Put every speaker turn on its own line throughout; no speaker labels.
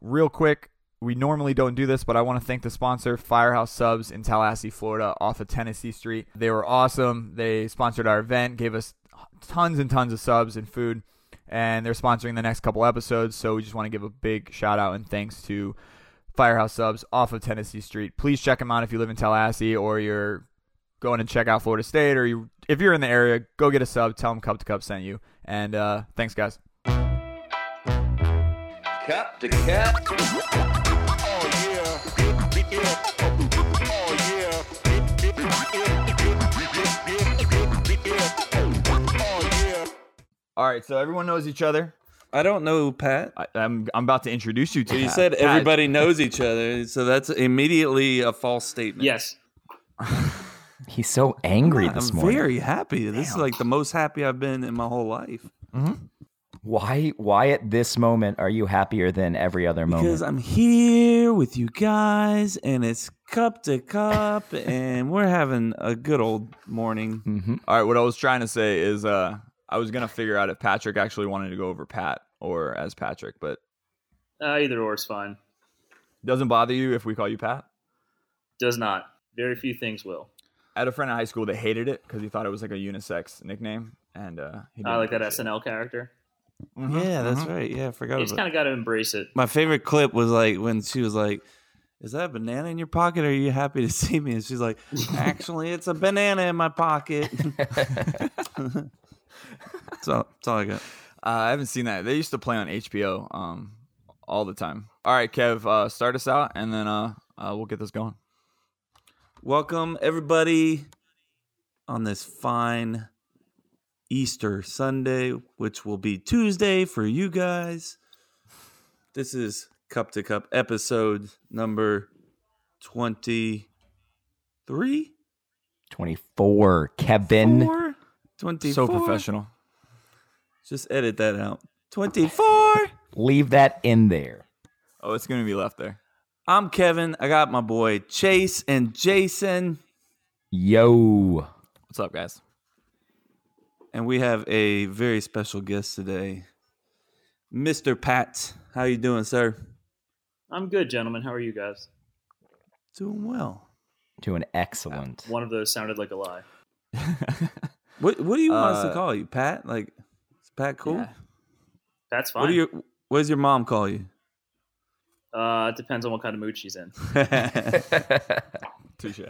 real quick, we normally don't do this, but I want to thank the sponsor, Firehouse Subs in Tallahassee, Florida, off of Tennessee Street. They were awesome. They sponsored our event, gave us tons and tons of subs and food, and they're sponsoring the next couple episodes. So we just want to give a big shout out and thanks to Firehouse Subs off of Tennessee Street. Please check them out if you live in Tallahassee or you're going to check out Florida State, or you, if you're in the area, go get a sub. Tell them Cup to Cup sent you. And uh, thanks, guys.
Cup to cup.
All right, so everyone knows each other.
I don't know, Pat.
I, I'm I'm about to introduce you to.
You
Pat.
said
Pat,
everybody knows each other, so that's immediately a false statement.
Yes.
He's so angry
I'm
this morning.
very happy. This is like the most happy I've been in my whole life
Why? Why at this moment are you happier than every other moment?
because I'm here with you guys, and it's cup to cup, and we're having a good old morning.
Mm-hmm.
All right, what I was trying to say is uh I was gonna figure out if Patrick actually wanted to go over Pat or as Patrick, but
Uh, either or is fine.
doesn't bother you if we call you Pat?
Does not. Very few things will.
I had a friend in high school that hated it because he thought it was like a unisex nickname, and uh, he
I
didn't
like that
appreciate it.
SNL character.
Yeah, that's right. Yeah, I forgot
You
about
just kind of got to embrace it.
my favorite clip was like when she was like, "Is that a banana in your pocket? Or are you happy to see me?" And she's like, "Actually, it's a banana in my pocket." that's all. That's all I got.
Uh, I haven't seen that. They used to play on HBO um all the time. All right, Kev, uh, start us out, and then uh, uh we'll get this going.
Welcome everybody on this fine Easter Sunday, which will be Tuesday for you guys. This is Cup to Cup episode number twenty-three.
Twenty-four, Kevin.
Four? 24.
So professional.
Just edit that out. 24.
Leave that in there.
Oh, it's gonna be left there.
I'm Kevin. I got my boy Chase and Jason.
Yo,
What's up, guys?
And we have a very special guest today. Mr. Pat. How you doing, sir?
I'm good, gentlemen. How are you guys?
Doing well.
to an excellent.
One of those sounded like a lie.
What what do you want us to
Uh,
call you? Pat? Like is Pat cool?
Yeah.
That's fine.
What do your what does your mom call you?
uh, it depends on what kind of mood she's in.
Touche.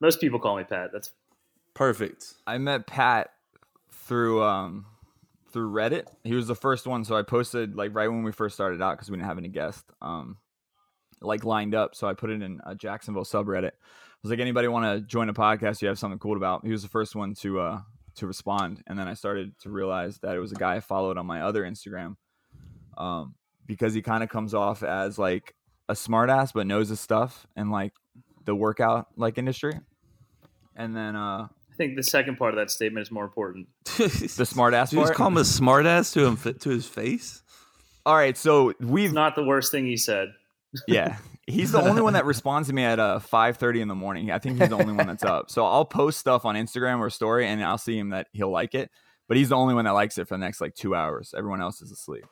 Most people call me Pat. That's
Perfect.
I met Pat through um through Reddit. He was the first one, so I posted like right when we first started out because we didn't have any guests um like lined up. So I put it in a Jacksonville subreddit. I was like, anybody want to join a podcast? You have something cool about? He was the first one to uh to respond, and then I started to realize that it was a guy I followed on my other Instagram, um because he kind of comes off as like a smartass but knows his stuff and like the workout like industry. And then uh
I think the second part of that statement is more important.
the smartass
Did you
part.
just call him a smartass to him to his face?
All right, so we've
It's not the worst thing he said.
yeah. He's the only one that responds to me at uh five thirty in the morning. I think he's the only one that's up. So I'll post stuff on Instagram or story, and I'll see him that he'll like it. But he's the only one that likes it for the next like two hours. Everyone else is asleep.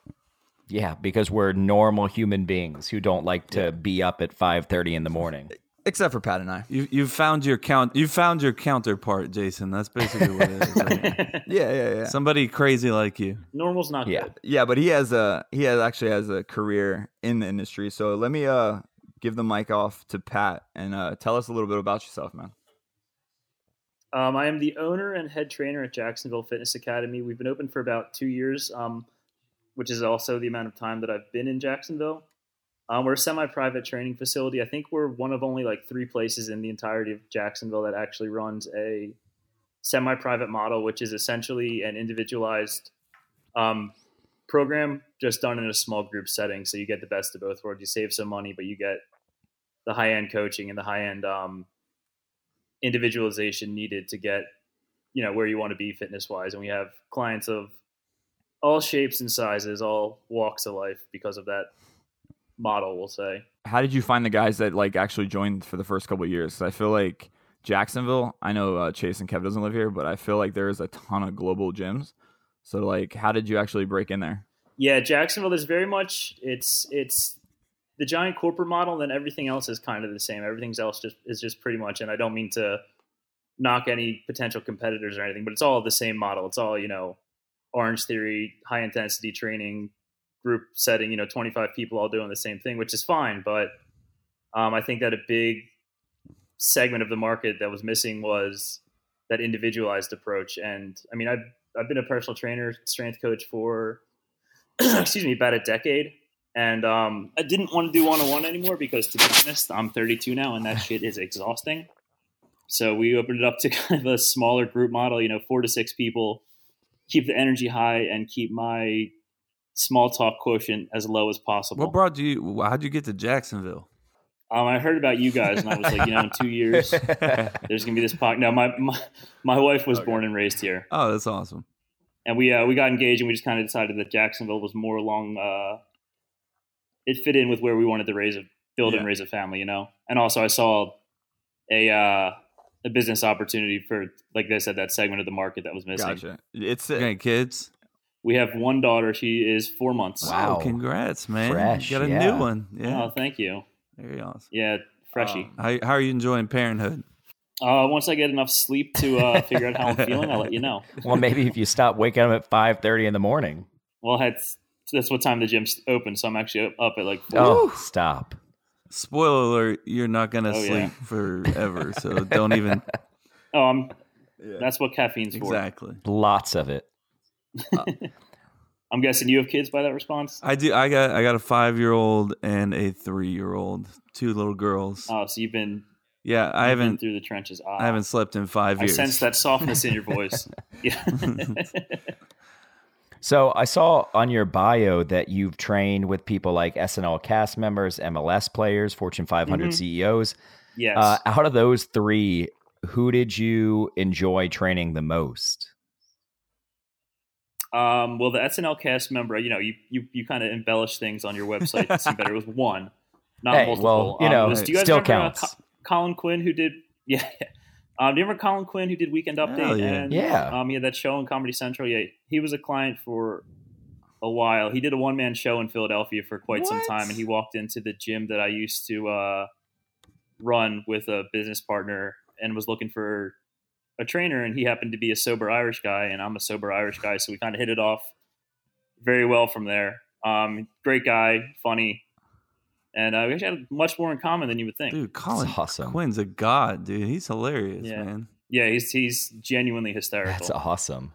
yeah, because we're normal human beings who don't like to be up at five thirty in the morning.
Except for Pat and I.
You you found your count you found your counterpart, Jason. That's basically what it is. right?
Yeah, yeah, yeah.
Somebody crazy like you.
Normal's not
Yeah.
good.
yeah, but he has a he has actually has a career in the industry. So let me uh give the mic off to Pat and uh tell us a little bit about yourself, man.
Um, I am the owner and head trainer at Jacksonville Fitness Academy. We've been open for about two years, um, which is also the amount of time that I've been in Jacksonville. Um, we're a semi-private training facility. I think we're one of only like three places in the entirety of Jacksonville that actually runs a semi-private model, which is essentially an individualized um, program just done in a small group setting. So you get the best of both worlds. You save some money, but you get the high-end coaching and the high-end um, individualization needed to get you know where you want to be fitness wise and we have clients of all shapes and sizes all walks of life because of that model we'll say
how did you find the guys that like actually joined for the first couple of years? 'Cause I feel like Jacksonville. I know uh, Chase and Kev doesn't live here, but I feel like there is a ton of global gyms. So like, how did you actually break in there?
Yeah, Jacksonville. There's very much it's it's the giant corporate model, and then everything else is kind of the same. Everything else just is just pretty much. And I don't mean to knock any potential competitors or anything, but it's all the same model. It's all you know, Orange Theory, high intensity training, group setting. You know, 25 people all doing the same thing, which is fine. But um, I think that a big segment of the market that was missing was that individualized approach. And I mean, I've I've been a personal trainer, strength coach for excuse me, about a decade. And um, I didn't want to do one on one anymore because, to be honest, I'm 32 now, and that shit is exhausting. So we opened it up to kind of a smaller group model, you know, four to six people, keep the energy high and keep my small talk quotient as low as possible.
What brought you? How'd you get to Jacksonville?
Um, I heard about you guys, and I was like, you know, in two years, there's gonna be this podcast. No, my, my my wife was born and raised here,
Oh, that's awesome.
and we uh, we got engaged, and we just kind of decided that Jacksonville was more along. Uh, it fit in with where we wanted to raise a build and
Yeah.
raise a family, you know. And also, I saw a uh, a business opportunity for, like I said, that segment of the market that was missing.
Gotcha. It's
You got any kids?
We have one daughter; she is four months.
Wow.
Oh, congrats, man!
Fresh,
you got a
yeah.
new one. Yeah,
Oh, thank you.
very awesome.
Yeah, freshie.
um,
How, how are you enjoying parenthood?
uh, once I get enough sleep to uh, figure out how I'm feeling, I'll let you know.
well, maybe if you stop waking up at five thirty in the morning.
Well, that's that's what time the gym's open, so I'm actually up at like. four.
Oh, stop.
Spoiler alert: You're not gonna
Oh,
sleep
yeah.
forever, so don't even.
Oh, I'm,
yeah.
that's what caffeine's for.
exactly.
Lots of it.
I'm guessing you have kids by that response.
Uh,
I do. I got. I got a five year old and a three year old. Two little girls.
Oh, so you've been
yeah, I
you've been
haven't.
through the trenches. Ah,
I haven't slept in five
I
years.
sense that softness in your voice. Yeah.
So I saw on your bio that you've trained with people like SNL cast members, MLS players, Fortune 500
Mhm.
Mm-hmm.
CEOs.
yes.
Uh, out of those three, who did you enjoy training the most? Uh,
um, well, the SNL cast member, you know, you you, you kind of embellish things on your website to seem better. It was one, not
Hey,
multiple.
well, you
Um,
know,
it was- do you guys
still
remember, uh,
counts.
Co- Colin Quinn who did? Yeah. Um, do you remember Colin Quinn who did Weekend Update?
Hell yeah.
And,
Yeah.
Um, he had that show on Comedy Central. Yeah, he was a client for a while. He did a one man show in Philadelphia for quite some
What?
time, and he walked into the gym that I used to uh, run with a business partner and was looking for a trainer, and he happened to be a sober Irish guy, and I'm a sober Irish guy, so we kind of hit it off very well from there. Um, great guy, funny, and uh, we actually had much more in common than you would think.
Dude, Colin
That's awesome.
Quinn's a god, dude. He's hilarious,
Yeah.
man.
Yeah, he's he's genuinely hysterical
That's awesome.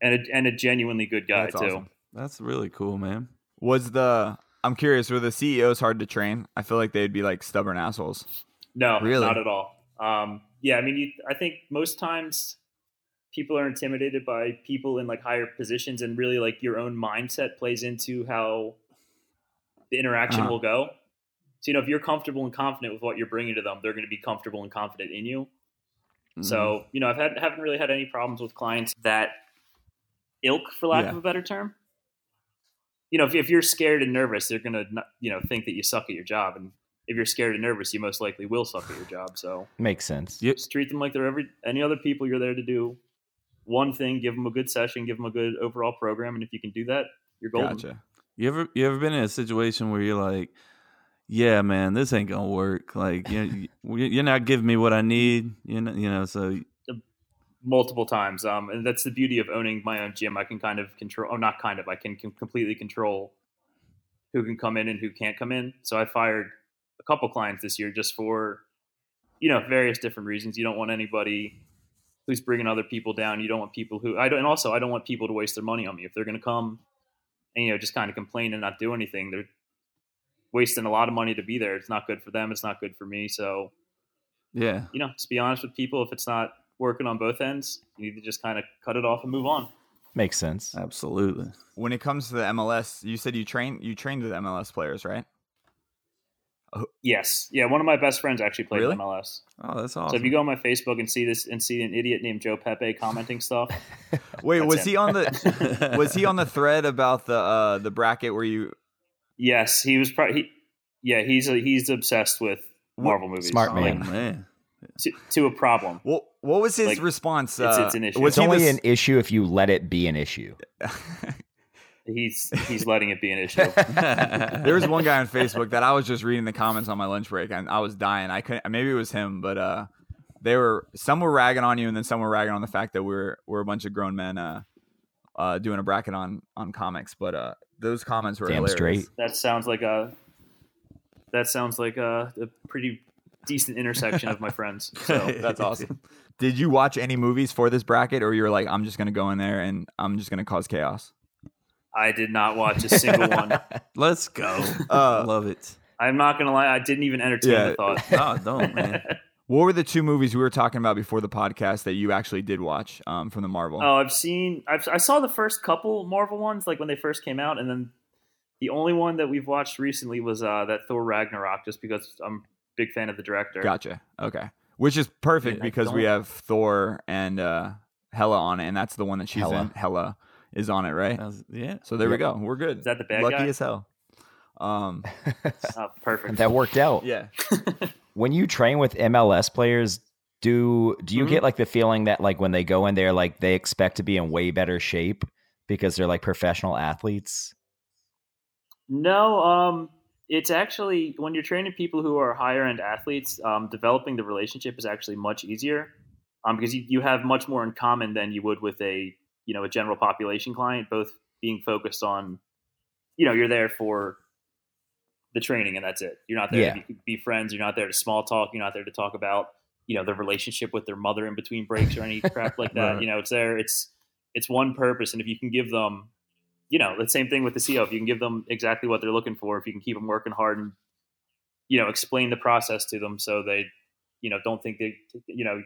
and a, and a genuinely good guy
That's
too.
awesome.
That's really cool, man.
Was the I'm curious, were the CEOs hard to train? I feel like they'd be like stubborn assholes.
No,
Really?
not at all. Um, yeah, I mean, you, I think most times people are intimidated by people in like higher positions, and really like your own mindset plays into how the interaction
Uh-huh.
will go. So you know, if you're comfortable and confident with what you're bringing to them, they're going to be comfortable and confident in you.
Mm-hmm.
So you know, I've had haven't really had any problems with clients that ilk, for lack
Yeah.
of a better term. You know, if, if you're scared and nervous, they're gonna not- you know think that you suck at your job, and if you're scared and nervous, you most likely will suck at your job. So
Makes sense.
Yeah.
just treat them like they're every any other people. You're there to do one thing, give them a good session, give them a good overall program, and if you can do that, you're golden.
Gotcha.
You ever you ever been in a situation where you're like, yeah, man, this ain't gonna work. Like you you're not giving me what I need. You know, you know. So
multiple times. Um, and that's the beauty of owning my own gym. I can kind of control, or not kind of, I can, can completely control who can come in and who can't come in. So I fired a couple clients this year just for, you know, various different reasons. You don't want anybody who's bringing other people down. You don't want people who, I don't, and also I don't want people to waste their money on me. If they're going to come and, you know, just kind of complain and not do anything, they're wasting a lot of money to be there. It's not good for them. It's not good for me. So,
yeah,
you know, just be honest with people. If it's not working on both ends, you need to just kind of cut it off and move on.
Makes
Uh,
sense.
absolutely.
When it comes to the MLS, you said you train you trained with MLS players, right?
Yes, yeah. One of my best friends actually played
Really?
in MLS.
Oh, that's
So
awesome.
if you go on my Facebook and see this and see an idiot named Joe Pepe commenting stuff,
Wait,
That's
was
him.
he on the was he on the thread about the uh the bracket where you
yes, he was probably. He, yeah, he's a, he's obsessed with Marvel movies.
Smart
oh,
man.
man.
to, to a problem.
what what was his
Like,
response?
it's-
uh,
it's an issue.
Was
It's
he
only
the
an issue if you let it be an issue.
s-
He's he's letting it be an issue.
There was one guy on Facebook that I was just reading the comments on my lunch break, and I was dying. I couldn't. Maybe it was him, but uh, they were some were ragging on you, and then some were ragging on the fact that we're we're a bunch of grown men uh, uh, doing a bracket on on comics. But uh, those comments were
Damn
hilarious.
straight.
That sounds like a that sounds like a, a pretty decent intersection of my friends. So
That's awesome. Did you watch any movies for this bracket, or you're like, I'm just gonna go in there and I'm just gonna cause chaos?
I did not watch a single one.
Let's go.
Uh,
Love it.
I'm not gonna lie, I didn't even entertain
Yeah.
the thought.
No, don't man.
What were the two movies we were talking about before the podcast that you actually did watch um, from the Marvel?
Oh, I've seen. I've, I saw the first couple Marvel ones, like when they first came out, and then the only one that we've watched recently was uh, that Thor Ragnarok, just because I'm a big fan of the director.
Gotcha. Okay. Which is perfect
Yeah.
because we have Thor and uh, Hella on it, and that's the one that she's
Hela.
in. Hella is on it, right?
That was- yeah.
So there we go. We're good.
Is that the bad
Lucky
guy?
as hell. Um,
Oh, perfect.
that worked out.
yeah.
When you train with MLS players, do do you
Mhm.
get like the feeling that like when they go in there, like they expect to be in way better shape because they're like professional athletes?
No, um, it's actually when you're training people who are higher end athletes, um, developing the relationship is actually much easier um, because you, you have much more in common than you would with a you know a general population client. Both being focused on, you know, you're there for the training and that's it. You're not there to be, be friends. You're not there to small talk. You're not there to talk about you know their relationship with their mother in between breaks or any crap like that.
Right.
You know, it's there. It's it's one purpose, and if you can give them you know, the same thing with the CEO. If you can give them exactly what they're looking for, if you can keep them working hard and, you know, explain the process to them so they, you know, don't think they, you know,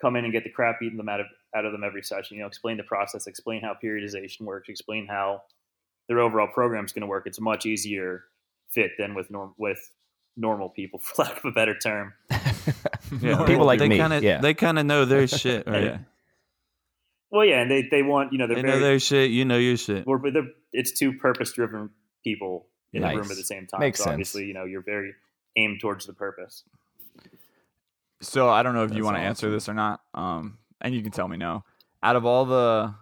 come in and get the crap beaten them out of out of them every session. You know, explain the process, explain how periodization works, explain how their overall program's going to work. It's a much easier fit than with norm with normal people, for lack of a better term.
Yeah.
People like
they
me,
Kinda,
yeah.
They kind of know their shit, right?
Yeah.
Well, yeah, and they they want you know they're
They know
very
their shit. You know your shit.
we're, they're, it's two purpose driven people in
Nice.
the room at the same time.
Makes
so
sense.
obviously, you know, you're very aimed towards the purpose.
So I don't know if you
That's
want to answer
awesome.
this or not, um, and you can tell me no. Out of all the,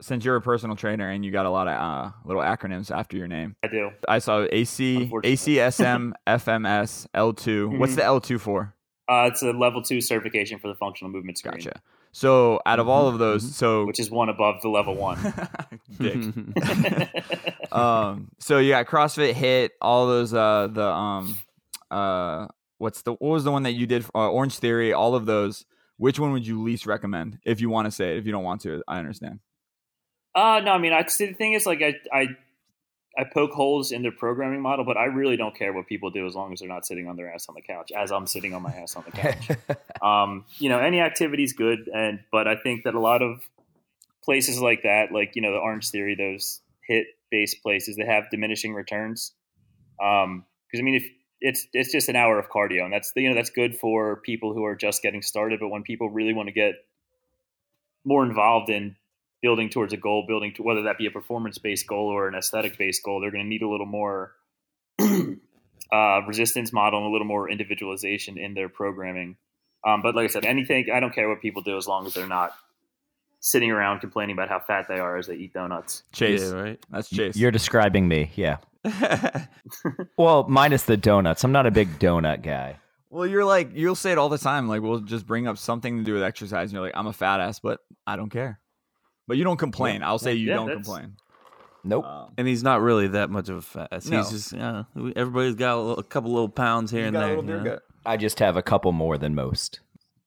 since you're a personal trainer and you got a lot of uh, little acronyms after your name,
I do.
I saw AC,
Unfortunately. Mm-hmm.
ACSM, FMS, L2. What's the L2 for?
Uh, it's a level two certification for the functional movement screen,
Gotcha. So out of all
Mhm,
of those,
mhm.
so
which is one above the level one.
Dick. um, so you got CrossFit Hit, all those uh the um uh what's the what was the one that you did uh, Orange Theory, all of those. Which one would you least recommend if you want to say it? If you don't want to, I understand.
uh, no, I mean, I see the thing is like I, I, I poke holes in their programming model, but I really don't care what people do as long as they're not sitting on their ass on the couch, as I'm sitting on my ass on the couch. um, you know any activity is good and but i think that a lot of places like that like you know the orange theory those hit based places they have diminishing returns because i mean if it's it's just an hour of cardio and that's you know that's good for people who are just getting started but when people really want to get more involved in building towards a goal building to whether that be a performance based goal or an aesthetic based goal they're going to need a little more uh, resistance model and a little more individualization in their programming um, but like I said, anything I don't care what people do as long as they're not sitting around complaining about how fat they are as they eat donuts.
Chase,
Yeah, right.
that's Chase.
You're describing me, yeah. Well, minus the donuts. I'm not a big donut guy.
well, you're like you'll say it all the time. Like we'll just bring up something to do with exercise, and you're like, I'm a fat ass, but I don't care. But you don't complain. I'll say you
Yeah,
don't
that's- Oh.
complain.
Nope.
Um,
and he's not really that much of a fast.
No.
He's just uh, everybody's got a, little, a couple little pounds here
you
and
got a
there.
little
you
beer
know?
gut.
I just have a couple more than most.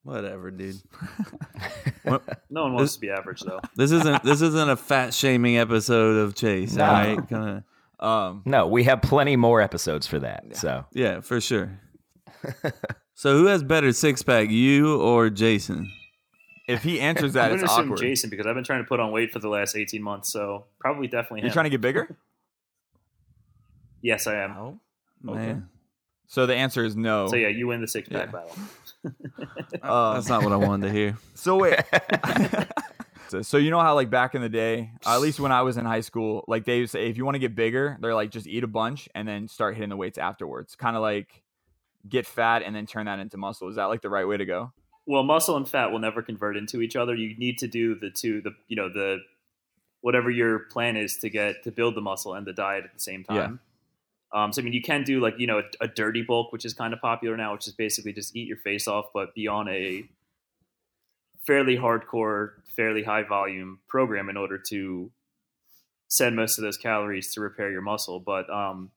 Whatever, dude.
No one wants to be average though.
This isn't this isn't a fat shaming episode of Chase.
No.
All right, Kinda,
Um,
No, we have plenty more episodes for that. So
yeah, for sure. so who has better six pack, you or Jason?
if he answers
I'm
that,
gonna
it's
assume
awkward.
Jason because I've been trying to put on weight for the last 18 months, so probably definitely him.
You're trying to get bigger.
yes, I am.
Okay.
Man,
So the answer is no.
So yeah, you win the six pack
Oh. Yeah.
battle.
Um,
that's not what I wanted to hear.
So wait. so, so you know how like back in the day, at least when I was in high school, like they would say if you want to get bigger, they're like just eat a bunch and then start hitting the weights afterwards. Kind of like get fat and then turn that into muscle. Is that like the right way to go?
Well, muscle and fat will never convert into each other. You need to do the two, the you know the whatever your plan is to get to build the muscle and the diet at the same time. Um, so I mean, you can do like you know a, a dirty bulk, which is kind of popular now, which is basically just eat your face off, but be on a fairly hardcore, fairly high volume program in order to send most of those calories to repair your muscle. But um,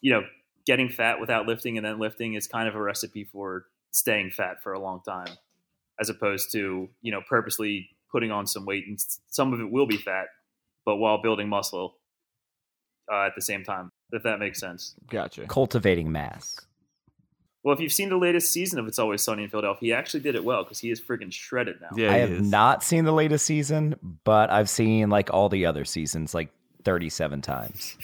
you know, getting fat without lifting and then lifting is kind of a recipe for staying fat for a long time, as opposed to you know purposely putting on some weight and s- some of it will be fat, but while building muscle uh, at the same time. If that makes sense.
Gotcha.
Cultivating mass.
Well, if you've seen the latest season of It's Always Sunny in Philadelphia, he actually did it well because he is friggin' shredded now.
Yeah,
I
he
have
is.
not seen the latest season, but I've seen like all the other seasons like 37 times.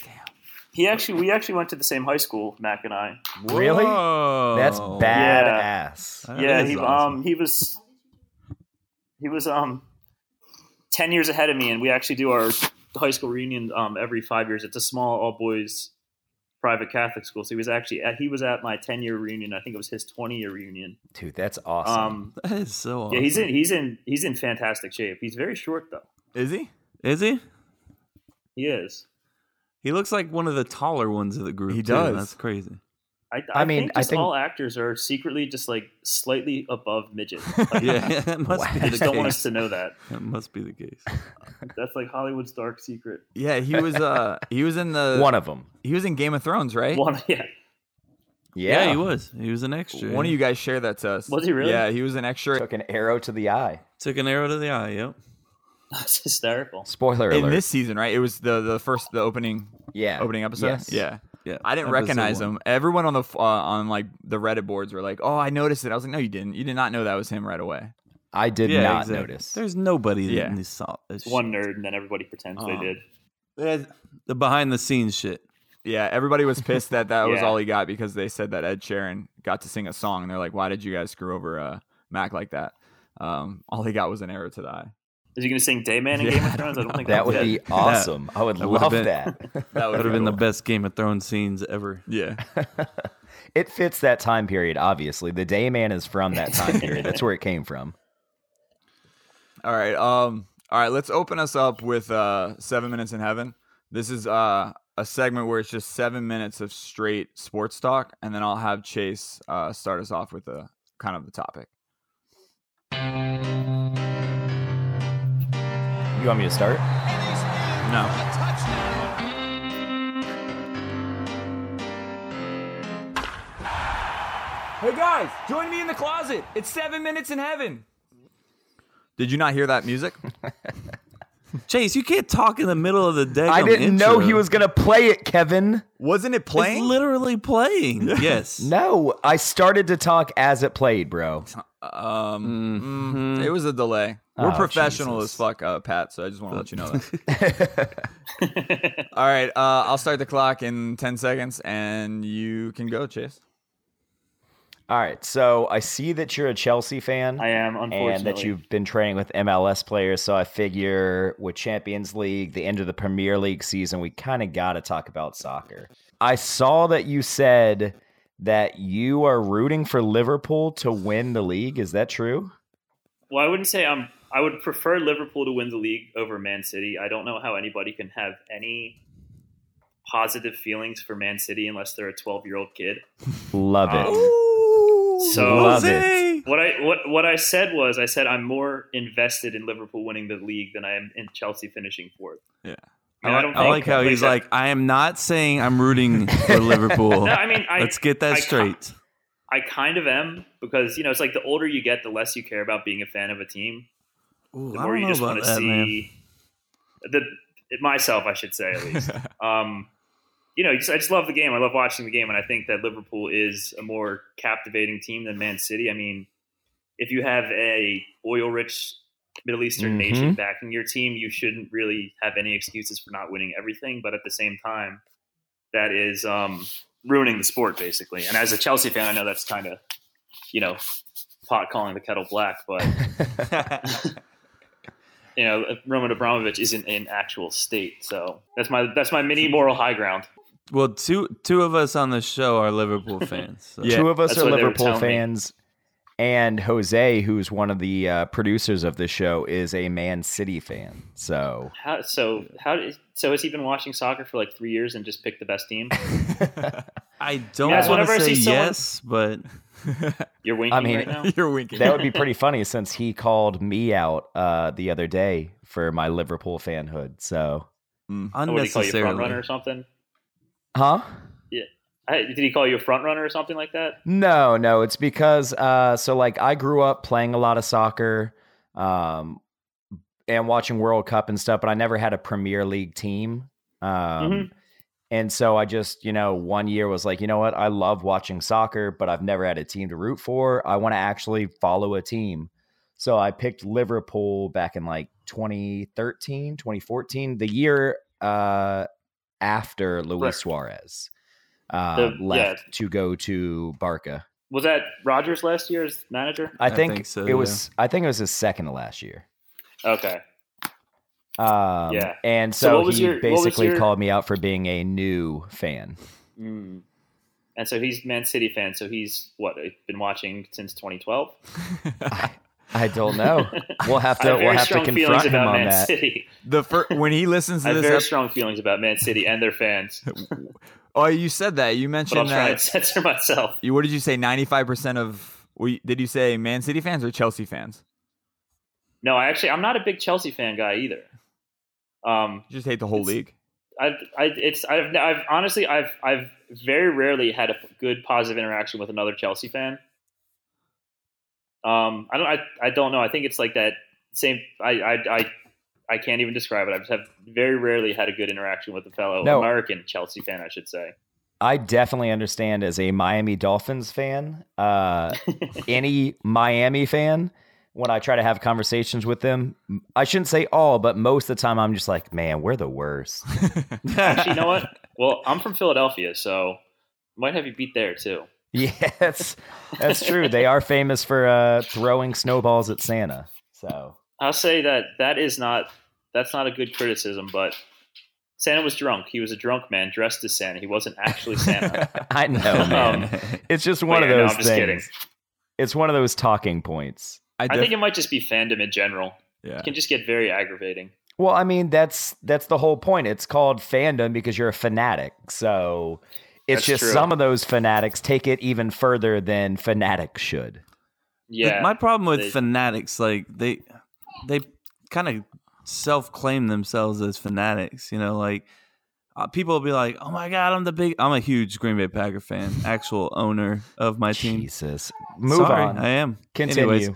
He actually, we actually went to the same high school, Mac and I.
Really? That's
Whoa.
badass.
That
yeah,
is
he
awesome.
um he was he was um ten years ahead of me, and we actually do our high school reunion um every five years. It's a small all boys private Catholic school, so he was actually at, he was at my ten year reunion. I think it was his twenty year reunion.
Dude, that's awesome.
Um,
That is so awesome.
yeah, he's in he's in he's in fantastic shape. He's very short though.
Is he?
Is he?
He is.
He looks like one of the taller ones of the group.
He
too.
does.
That's crazy.
I, I,
I mean,
think
I
just
think-
all actors are secretly just like slightly above midget. Like,
Yeah, that must
Wow.
be
I
the
just don't want us
case.
to know that.
That must be the case.
That's like Hollywood's dark secret.
Yeah, he was. Uh, he was in
Um,
the
One of them.
He was in Game of Thrones, right?
One, yeah,
Yeah.
he was. He was an extra.
One of you guys shared that to us.
Was he really?
Yeah, he was an extra
Took an arrow to the eye.
took an arrow to the eye. Yep.
that's hysterical.
Spoiler
in
alert.
this season, right? It was the the first the opening
yeah.
opening episode.
Yes.
Yeah,
Yeah.
I didn't
episode
recognize
one.
him. Everyone on the f- uh, on like the Reddit boards were like, "Oh, I noticed it." I was like, "No, you didn't. You did not know that was him right away."
I did
yeah,
not
exactly.
notice.
There's nobody
Yeah.
that saw this.
one nerd, and then everybody pretends they
Aw.
did.
shit. The behind the scenes shit.
Yeah, everybody was pissed that that was
Yeah.
all he got because they said that Ed Sheeran got to sing a song, and they're like, "Why did you guys screw over uh, Mac like that?" Um, all he got was an arrow to the eye.
Is he going to sing Dayman in
Yeah,
Game of
I
Thrones? I don't think
that
that's
would
it.
be awesome. I would
that would've
love
been-
that.
That
That would have been the best Game of Thrones scenes ever.
yeah.
it fits that time period, obviously. The Day Man is from that time period. That's where it came from.
All right. Um. All right. Let's open us up with uh seven minutes in heaven. This is uh a segment where it's just seven minutes of straight sports talk, and then I'll have Chase uh start us off with a kind of the topic.
You want me to start?
No.
Hey guys, join me in the closet. It's seven minutes in heaven.
Did you not hear that music?
Chase, you can't talk in the middle of the day.
I didn't know he was going to play it, Kevin.
Wasn't it
It's
playing?
literally playing. yes.
No, I started to talk as it played, bro.
um. mm, It was a delay. We're
Oh,
professional
Jesus.
as fuck, uh, Pat. So I just want to let you know that. All right. Uh, I'll start the clock in ten seconds, and you can go, Chase.
All right, so I see that you're a Chelsea fan.
I am, unfortunately.
And that you've been training with MLS players. So I figure with Champions League, the end of the Premier League season, we kind of got to talk about soccer. I saw that you said that you are rooting for Liverpool to win the league. Is that true?
Well, I wouldn't say I'm. I would prefer Liverpool to win the league over Man City. I don't know how anybody can have any positive feelings for Man City unless they're a 12 year old kid.
Love it.
Oh.
Um, So-
Love
it.
What I what what I said was I said I'm more invested in Liverpool winning the league than I am in Chelsea finishing fourth.
Yeah.
I, mean, I don't
I
think-
like how he's
that-
like, I am not saying I'm rooting for Liverpool.
No, I mean, I,
Let's get that
I-
straight.
I kind of am because you know it's like the older you get, the less you care about being a fan of a team.
Ooh,
The
I
more
don't
you
know
just
about
want to
that, man.
see the myself, I should say at least. um, you know, just, I just love the game. I love watching the game, and I think that Liverpool is a more captivating team than Man City. I mean, if you have a oil-rich Middle Eastern
Mhm.
Mm-hmm.
nation backing your team, you shouldn't really have any excuses for not winning everything. But at the same time, that is um, ruining the sport basically. And as a Chelsea fan, I know that's kind of you know pot calling the kettle black, but you know Roman Abramovich isn't in actual state, so that's my that's my mini moral high ground.
Well, two two of us on the show are Liverpool fans. So.
Yeah,
Two of us
that's
are
what they were
Liverpool
telling me.
fans. And Jose, who's one of the uh, producers of this show, is a Man City fan. So
How, so how did- so has he been watching soccer for like three years and just picked the best team?
I don't
Yeah,
want
whenever I
to say
see someone-
yes, but
You're winking
I mean,
right now.
You're winking.
that would be pretty funny since he called me out uh, the other day for my Liverpool fanhood. So,
Oh, What did he call you, a front runner
unnecessarily.
or something?
huh?
I, did he call you a front runner or something like that?
No, no, it's because uh so like I grew up playing a lot of soccer um and watching World Cup and stuff, but I never had a Premier League team. Um
Mhm.
and so I just, you know, one year was like, you know what? I love watching soccer, but I've never had a team to root for. I want to actually follow a team. So I picked Liverpool back in like 2013, 2014, the year uh after Luis
Correct.
Suarez uh,
The- yeah.
left to go to Barca.
Was that Rogers last year as manager?
I
I
think,
think so,
it was. I think it was his second to last year.
Okay.
Um,
Yeah.
And
So
so,
what was
he
your- what was
basically
your-
called me out for being a new fan.
Mm. And so he's Man City fan. So he's what been watching since 2012.
I don't know. We'll have
I
to.
have
We'll
very
have to
strong feelings
confront him
about
on
Man
that.
City.
the fir- when he listens
I
to
have
this,
very
ep-
strong feelings about Man City and their fans,
oh, you said that. You
but I'm
mentioned
trying to
that.
censor myself.
You, what did you say? Ninety-five percent of. were you- Did you say Man City fans or Chelsea fans?
No, I actually I'm not a big Chelsea fan guy either. Um,
You just hate the whole
It's-
league.
I, I, it's, I've, I've honestly, I've, I've very rarely had a good positive interaction with another Chelsea fan. Um, I don't, I, I don't know. I think it's like that same. I, I, I, I can't even describe it. I just have very rarely had a good interaction with a fellow
No.
American Chelsea fan, I should say.
I definitely understand as a Miami Dolphins fan, uh, any Miami fan, when I try to have conversations with them, I shouldn't say all, but most of the time I'm just like, man, we're the worst.
Actually, you know what? Well, I'm from Philadelphia, so might have you beat there too.
Yeah, that's that's true. They are famous for uh, throwing snowballs at Santa. So
I'll say that that is not that's not a good criticism, but Santa was drunk. He was a drunk man dressed as Santa. He wasn't actually Santa.
I know,
Um,
man. Um, It's just one
But
of
yeah, no,
those
I'm
things.
just kidding.
It's one of those talking points.
I,
I
def-
think it might just be fandom in general.
yeah.
It can just get very aggravating.
Well, I mean, that's that's the whole point. It's called fandom because you're a fanatic. So
That's
it's just
true.
some of those fanatics take it even further than fanatics should.
Yeah.
my problem with
they-
fanatics, like they, they kind of self-claim themselves as fanatics. You know, like uh, people will be like, "Oh my god, I'm the big. I'm a huge Green Bay Packer fan, actual owner of my team."
Jesus, move
Sorry,
on.
I am.
Continue.
Anyways,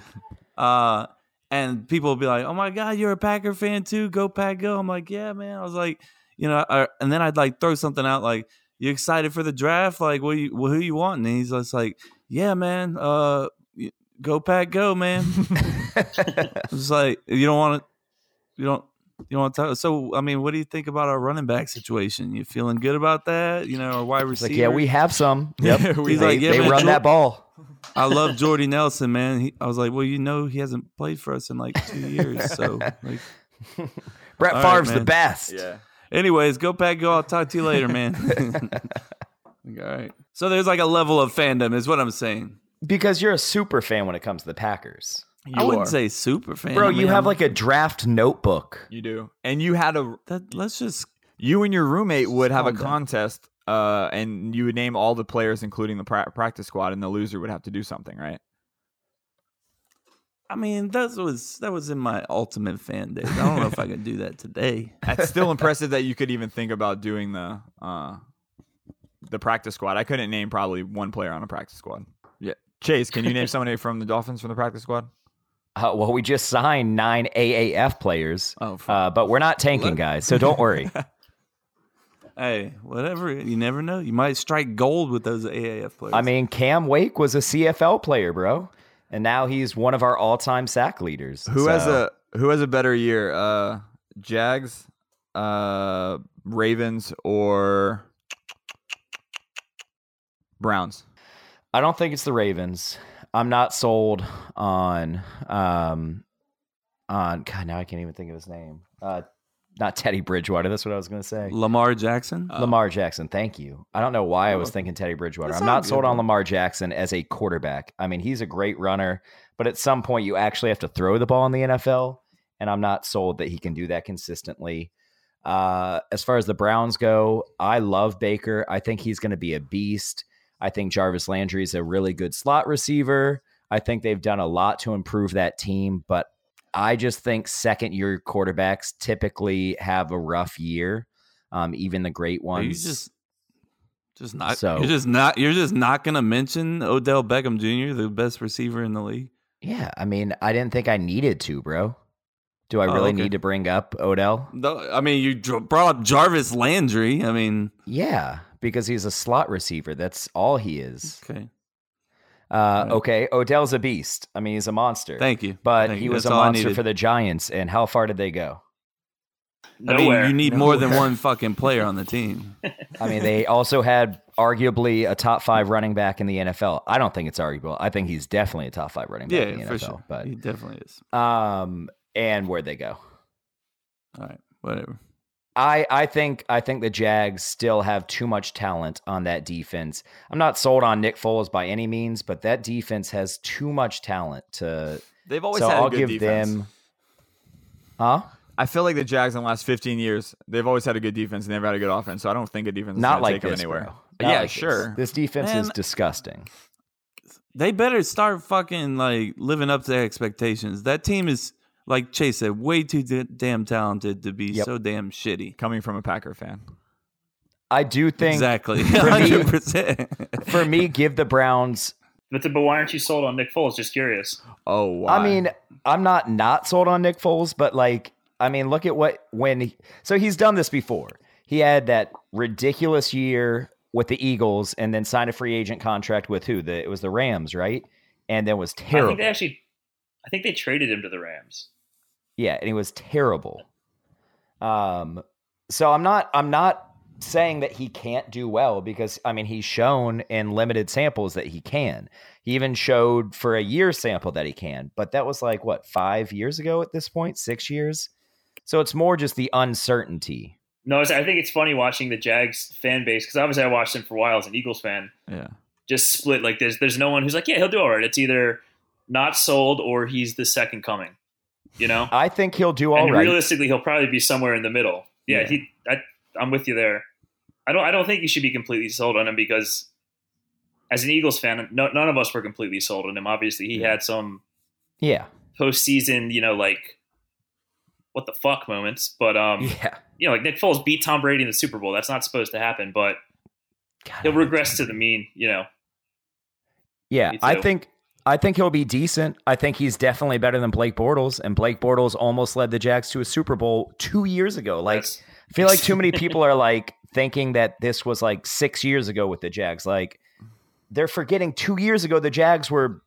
uh, and people will be like, "Oh my god, you're a Packer fan too? Go Pack, go!" I'm like, "Yeah, man." I was like, you know, I, and then I'd like throw something out like, "You excited for the draft? Like, what you who you want?" And he's just like, "Yeah, man. Uh, y- go Pack, go, man." It's just like you don't want to, you don't. You don't want to talk. So, I mean, what do you think about our running back situation? You feeling good about that? You know, our wide
it's
receiver.
like, yeah, we have some. Yep.
We-
He's
they
like, yeah,
they
man,
run
Jor-
that ball.
I love Jordy Nelson, man. He, I was like, well, you know, he hasn't played for us in like two years. So, like,
Brett
All right,
Favre's the
man.
best.
yeah.
anyways, go pack, go. I'll talk to you later, man. Like, all right. So there's like a level of fandom, is what I'm saying.
Because you're a super fan when it comes to the Packers.
I
You
wouldn't
are.
say super fan,
Bro,
I
you
mean,
have
I'm-
like a draft notebook.
You do, and you had a
That, let's just.
you and your roommate would have a
Calm down.
contest, uh, and you would name all the players, including the pra- practice squad, and the loser would have to do something, right?
I mean, that was that was in my ultimate fan days. I don't know if I could do that today.
That's still impressive that you could even think about doing the uh, the practice squad. I couldn't name probably one player on a practice squad. Yeah, Chase, can you name somebody from the Dolphins from the practice squad?
Uh, well, we just signed nine AAF players,
Oh, fuck.
uh, but we're not tanking, guys. So don't worry.
Uh, Hey, whatever. You never know. You might strike gold with those AAF players.
I mean, Cam Wake was a CFL player, bro, and now he's one of our all-time sack leaders.
Who has
So,
a who has a better year? Uh Jags, uh Ravens or Browns.
I don't think it's the Ravens. I'm not sold on um on God. Now I can't even think of his name. Uh, not Teddy Bridgewater. That's what I was going to say.
Lamar Jackson.
Lamar Jackson, thank you. I don't know why I was
Oh.
thinking Teddy Bridgewater.
That's
I'm
all
not sold
good.
on Lamar Jackson as a quarterback. I mean, he's a great runner, but at some point you actually have to throw the ball in the NFL, and I'm not sold that he can do that consistently. Uh, as far as the Browns go, I love Baker. I think he's going to be a beast. I think Jarvis Landry is a really good slot receiver. I think they've done a lot to improve that team, but I just think second year quarterbacks typically have a rough year. Um, even the great
Are
ones.
you just just not
So-
you're just not you're just not gonna mention Odell Beckham Jr., the best receiver in the league.
Yeah, I mean, I didn't think I needed to, bro. Do I
Oh,
really
okay.
need to bring up Odell?
No, I mean you dr- brought up Jarvis Landry. I mean,
Yeah, because he's a slot receiver. That's all he is.
okay,
Uh,
Mm, Right.
Okay, Odell's a beast. I mean, he's a monster.
thank you.
but
Thank
he
you.
was
That's
a
all I
monster
needed.
for the Giants. And how far did they go?
I
Nowhere.
mean, you need more than
Nowhere.
one fucking player on the team.
I mean, they also had arguably a top five running back in the NFL. I don't think it's arguable. I think he's definitely a top five running back in the
yeah, for
NFL.
sure. he definitely is.
But um, and where'd they go?
All right, whatever.
I, I think I think the Jags still have too much talent on that defense. I'm not sold on Nick Foles by any means, but that defense has too much talent to.
They've always
so
had a
I'll
good
give
defense.
them. Huh?
I feel like the Jags in the last 15 years, they've always had a good defense and they've had a good offense. So I don't think a defense is
Not
gonna
like
take them
this,
anywhere.
bro. Not
yeah,
like this.
sure. Um,
This, defense is
Man.
disgusting.
They better start fucking like living up to their expectations. That team is like Chase said, way too d- damn talented to be
Yep.
so damn shitty.
Coming from a Packer fan.
I do think
Exactly,
For me-
hundred percent.
for me, give the Browns.
But, the, but why aren't you sold on Nick Foles? Just curious.
Oh, why?
I mean, I'm not not sold on Nick Foles, but like, I mean, look at what when he, so he's done this before. He had that ridiculous year with the Eagles, and then signed a free agent contract with who? The it was the Rams, right? And then was
I
terrible.
think they actually, I think they traded him to the Rams.
yeah, and he was terrible. Um, so I'm not I'm not saying that he can't do well because I mean he's shown in limited samples that he can. He even showed for a year sample that he can, but that was like what five years ago at this point, six years. So it's more just the uncertainty.
No, it's, I think it's funny watching the Jags fan base because obviously I watched them for a while as an Eagles fan.
yeah.
Just split like there's there's no one who's like yeah he'll do all right. It's either not sold or he's the second coming. You know,
I think he'll do all
and
right.
realistically he'll probably be somewhere in the middle. Yeah,
Yeah.
he. I, I'm with you there. I don't. I don't think you should be completely sold on him because as an Eagles fan, no, none of us were completely sold on him. Obviously, he had some
yeah,
postseason, you know, like what the fuck moments. But um,
yeah.
you know, like Nick Foles beat Tom Brady in the Super Bowl. That's not supposed to happen, but
God,
he'll regress to the mean. You know,
Yeah,
Me
I
too.
think I think he'll be decent. I think he's definitely better than Blake Bortles, and Blake Bortles almost led the Jacks to a Super Bowl two years ago. Like,
That's-
I feel like too many people are like thinking that this was like six years ago with the Jags. Like, they're forgetting two years ago the Jags were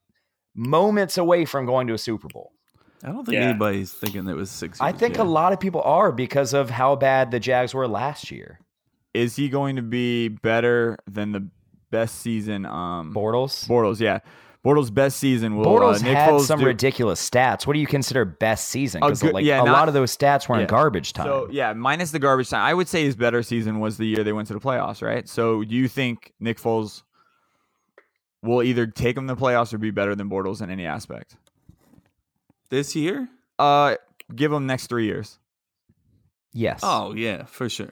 moments away from going to a Super Bowl.
I don't think
Yeah.
anybody's thinking that was six.
I
years,
think
yeah.
a lot of people are because of how bad the Jags were last year.
Is he going to be better than the best season? Um,
Bortles.
Bortles, yeah. Bortles' best season will
Bortles
uh, Nick
had
Foles
some
do-
ridiculous stats. What do you consider best season?
A
Because
good-
like
yeah,
a
not-
lot of those stats were in
yeah.
garbage time.
So yeah, minus the garbage time. I would say his better season was the year they went to the playoffs, right? So do you think Nick Foles will either take him to the playoffs or be better than Bortles in any aspect?
this year.
Uh, give him next three years.
yes.
Oh yeah, for sure.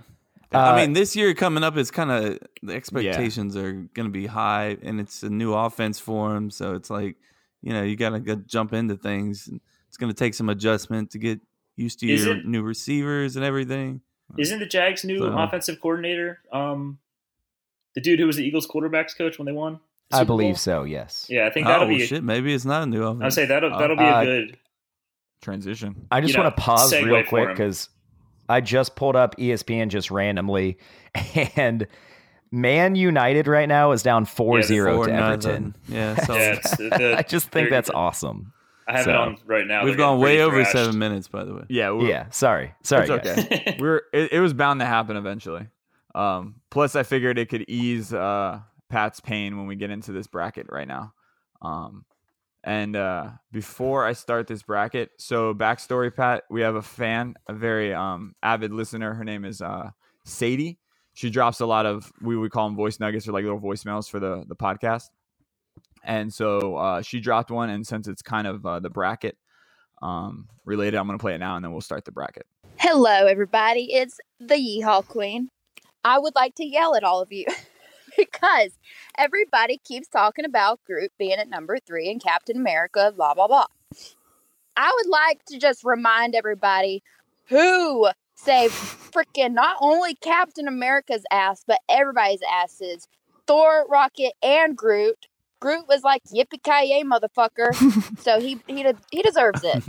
Uh,
I mean, this year coming up is kind of the expectations are going to be high, and it's a new offense for him. So it's like, you know, you got to jump into things. And it's going to take some adjustment to get used to
Is
your
it-
new receivers and everything.
Isn't the Jags' new
So-
offensive coordinator um, the dude who was the Eagles' quarterbacks coach when they won? the
I
Super Bowl?
believe so. Yes.
Yeah, I think that'll
Oh
be.
shit, maybe it's not a new offense.
I'd say that'll that'll be
Uh,
a good.
Transition.
I just
you know,
want to pause
segue
real
for
quick
him.
because I just pulled up E ESPN just randomly, and Man United right now is down 4 0
Four
to Everton.
nothing. Yeah, so
Yeah, it's the, the-
I just think
they're-
that's awesome.
I have it
so.
on right now.
we've
They're
gone
getting
way
pretty
over
thrashed.
seven minutes, by the way.
yeah, we-
Yeah, sorry, sorry.
it's
guys.
okay. we were it, it was bound to happen eventually. Um, plus, I figured it could ease uh, Pat's pain when we get into this bracket right now. Um, And uh, before I start this bracket, so backstory, Pat, we have a fan, a very um, avid listener. Her name is uh, Sadie. She drops a lot of we would call them voice nuggets or like little voicemails for the the podcast. And so uh, she dropped one, and since it's kind of uh, the bracket um, related, I'm going to play it now, and then we'll start the bracket.
Hello, everybody. It's the Yeehaw Queen. I would like to yell at all of you because everybody keeps talking about Groot being at number three and Captain America, blah, blah, blah. I would like to just remind everybody who saved freaking not only Captain America's ass, but everybody's asses Thor, Rocket, and Groot. Groot was like, yippee ki motherfucker. so he, he, de- he deserves it.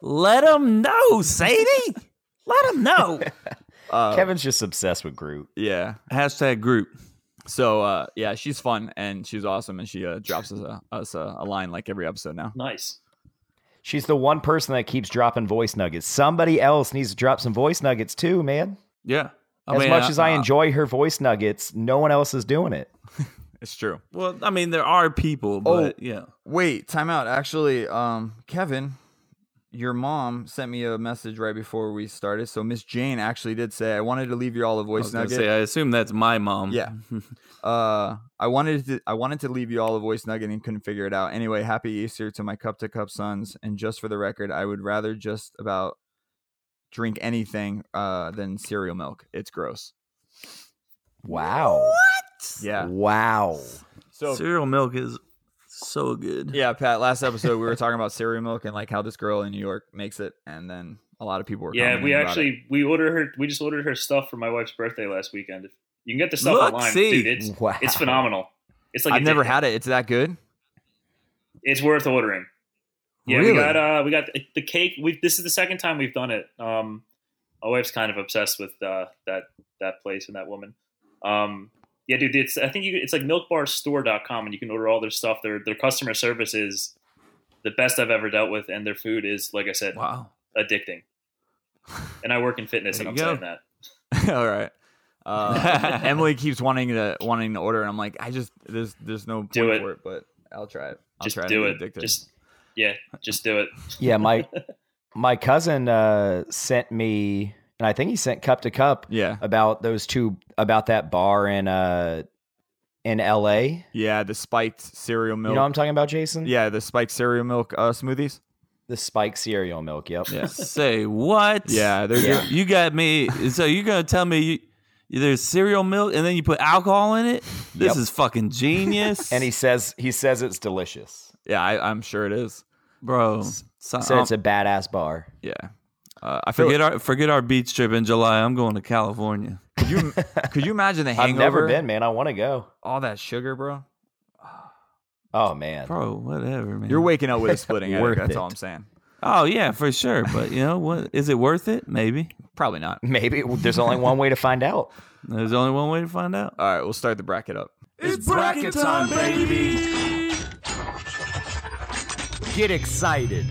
Let them know, Sadie. Let them know.
Uh,
Kevin's just obsessed with Groot.
yeah.
Hashtag group.
So uh, yeah, she's fun and she's awesome, and she uh, drops us a, us a, a line like every episode now.
Nice.
She's the one person that keeps dropping voice nuggets. Somebody else needs to drop some voice nuggets too, man.
Yeah.
as
mean,
much as
uh,
I enjoy her voice nuggets, no one else is doing it.
It's true.
Well, I mean, there are
Oh,
people, but yeah.
Wait, time out. Actually, um, Kevin, your mom sent me a message right before we started. So Miss Jane actually did say I wanted to leave you all a
I
voice
was gonna
nugget.
say, um, I assume that's my mom.
Yeah. uh, I wanted to I wanted to leave you all a voice nugget and couldn't figure it out. Anyway, happy Easter to my cup to cup sons. And just for the record, I would rather just about drink anything uh than cereal milk. It's gross.
Wow.
Yeah.
Wow.
So
Cereal milk is so good.
yeah, Pat. Last episode we were talking about cereal milk and like how this girl in New York makes it, and then a lot of people were
Yeah,
commenting
we
about it.
actually we ordered her. We just ordered her stuff for my wife's birthday last weekend. If you can get the stuff
Look,
online,
see.
dude. It's
Wow.
it's phenomenal. It's like
I've never
addictive.
had it. It's that good.
It's worth ordering. Yeah,
Really?
we got uh we got the, the cake. We this is the second time we've done it. Um, my wife's kind of obsessed with uh, that that place and that woman. Um, yeah, dude, it's I think you, it's like milkbarstore.com and you can order all their stuff. Their their customer service is the best I've ever dealt with, and their food is like I said,
Wow.
addicting. And I work in fitness,
There
and I'm
you go.
saying that.
All right. Uh, Emily keeps wanting to wanting to order, and I'm like, I just there's there's no point
Do it.
for it, but I'll try it. I'll
Just
try
do
I'm
it.
addicted.
Just yeah, just do it.
Yeah, my my cousin uh, sent me, and I think he sent cup to cup
yeah,
about those two about that bar in uh in L.A.
yeah. The spiked cereal milk.
You know what I'm talking about, Jason?
yeah, the spiked cereal milk uh, smoothies.
The spike cereal milk. Yep.
Yeah.
Say what?
Yeah, they're
Yeah.
good.
You got me. So you're gonna tell me you, there's cereal milk and then you put alcohol in it? This
Yep.
is fucking genius.
And he says he says it's delicious.
Yeah, I, I'm sure it is.
bro, so, um,
He
Uh-huh.
said it's a badass bar.
Yeah. Uh, I
forget
feel,
our forget our beach trip in July. I'm going to California.
could you could you imagine the hangover?
I've never been, man. I want to go.
All that sugar, bro.
Oh man.
Bro, whatever, man.
You're waking up with a splitting headache.
Worth
That's
it.
all I'm saying.
Oh yeah, for sure. But you know what? Is it worth it? Maybe.
Probably not.
Maybe there's only one way to find out.
There's only one way to find out.
All right, we'll start the bracket up.
It's bracket time, baby.
Get excited.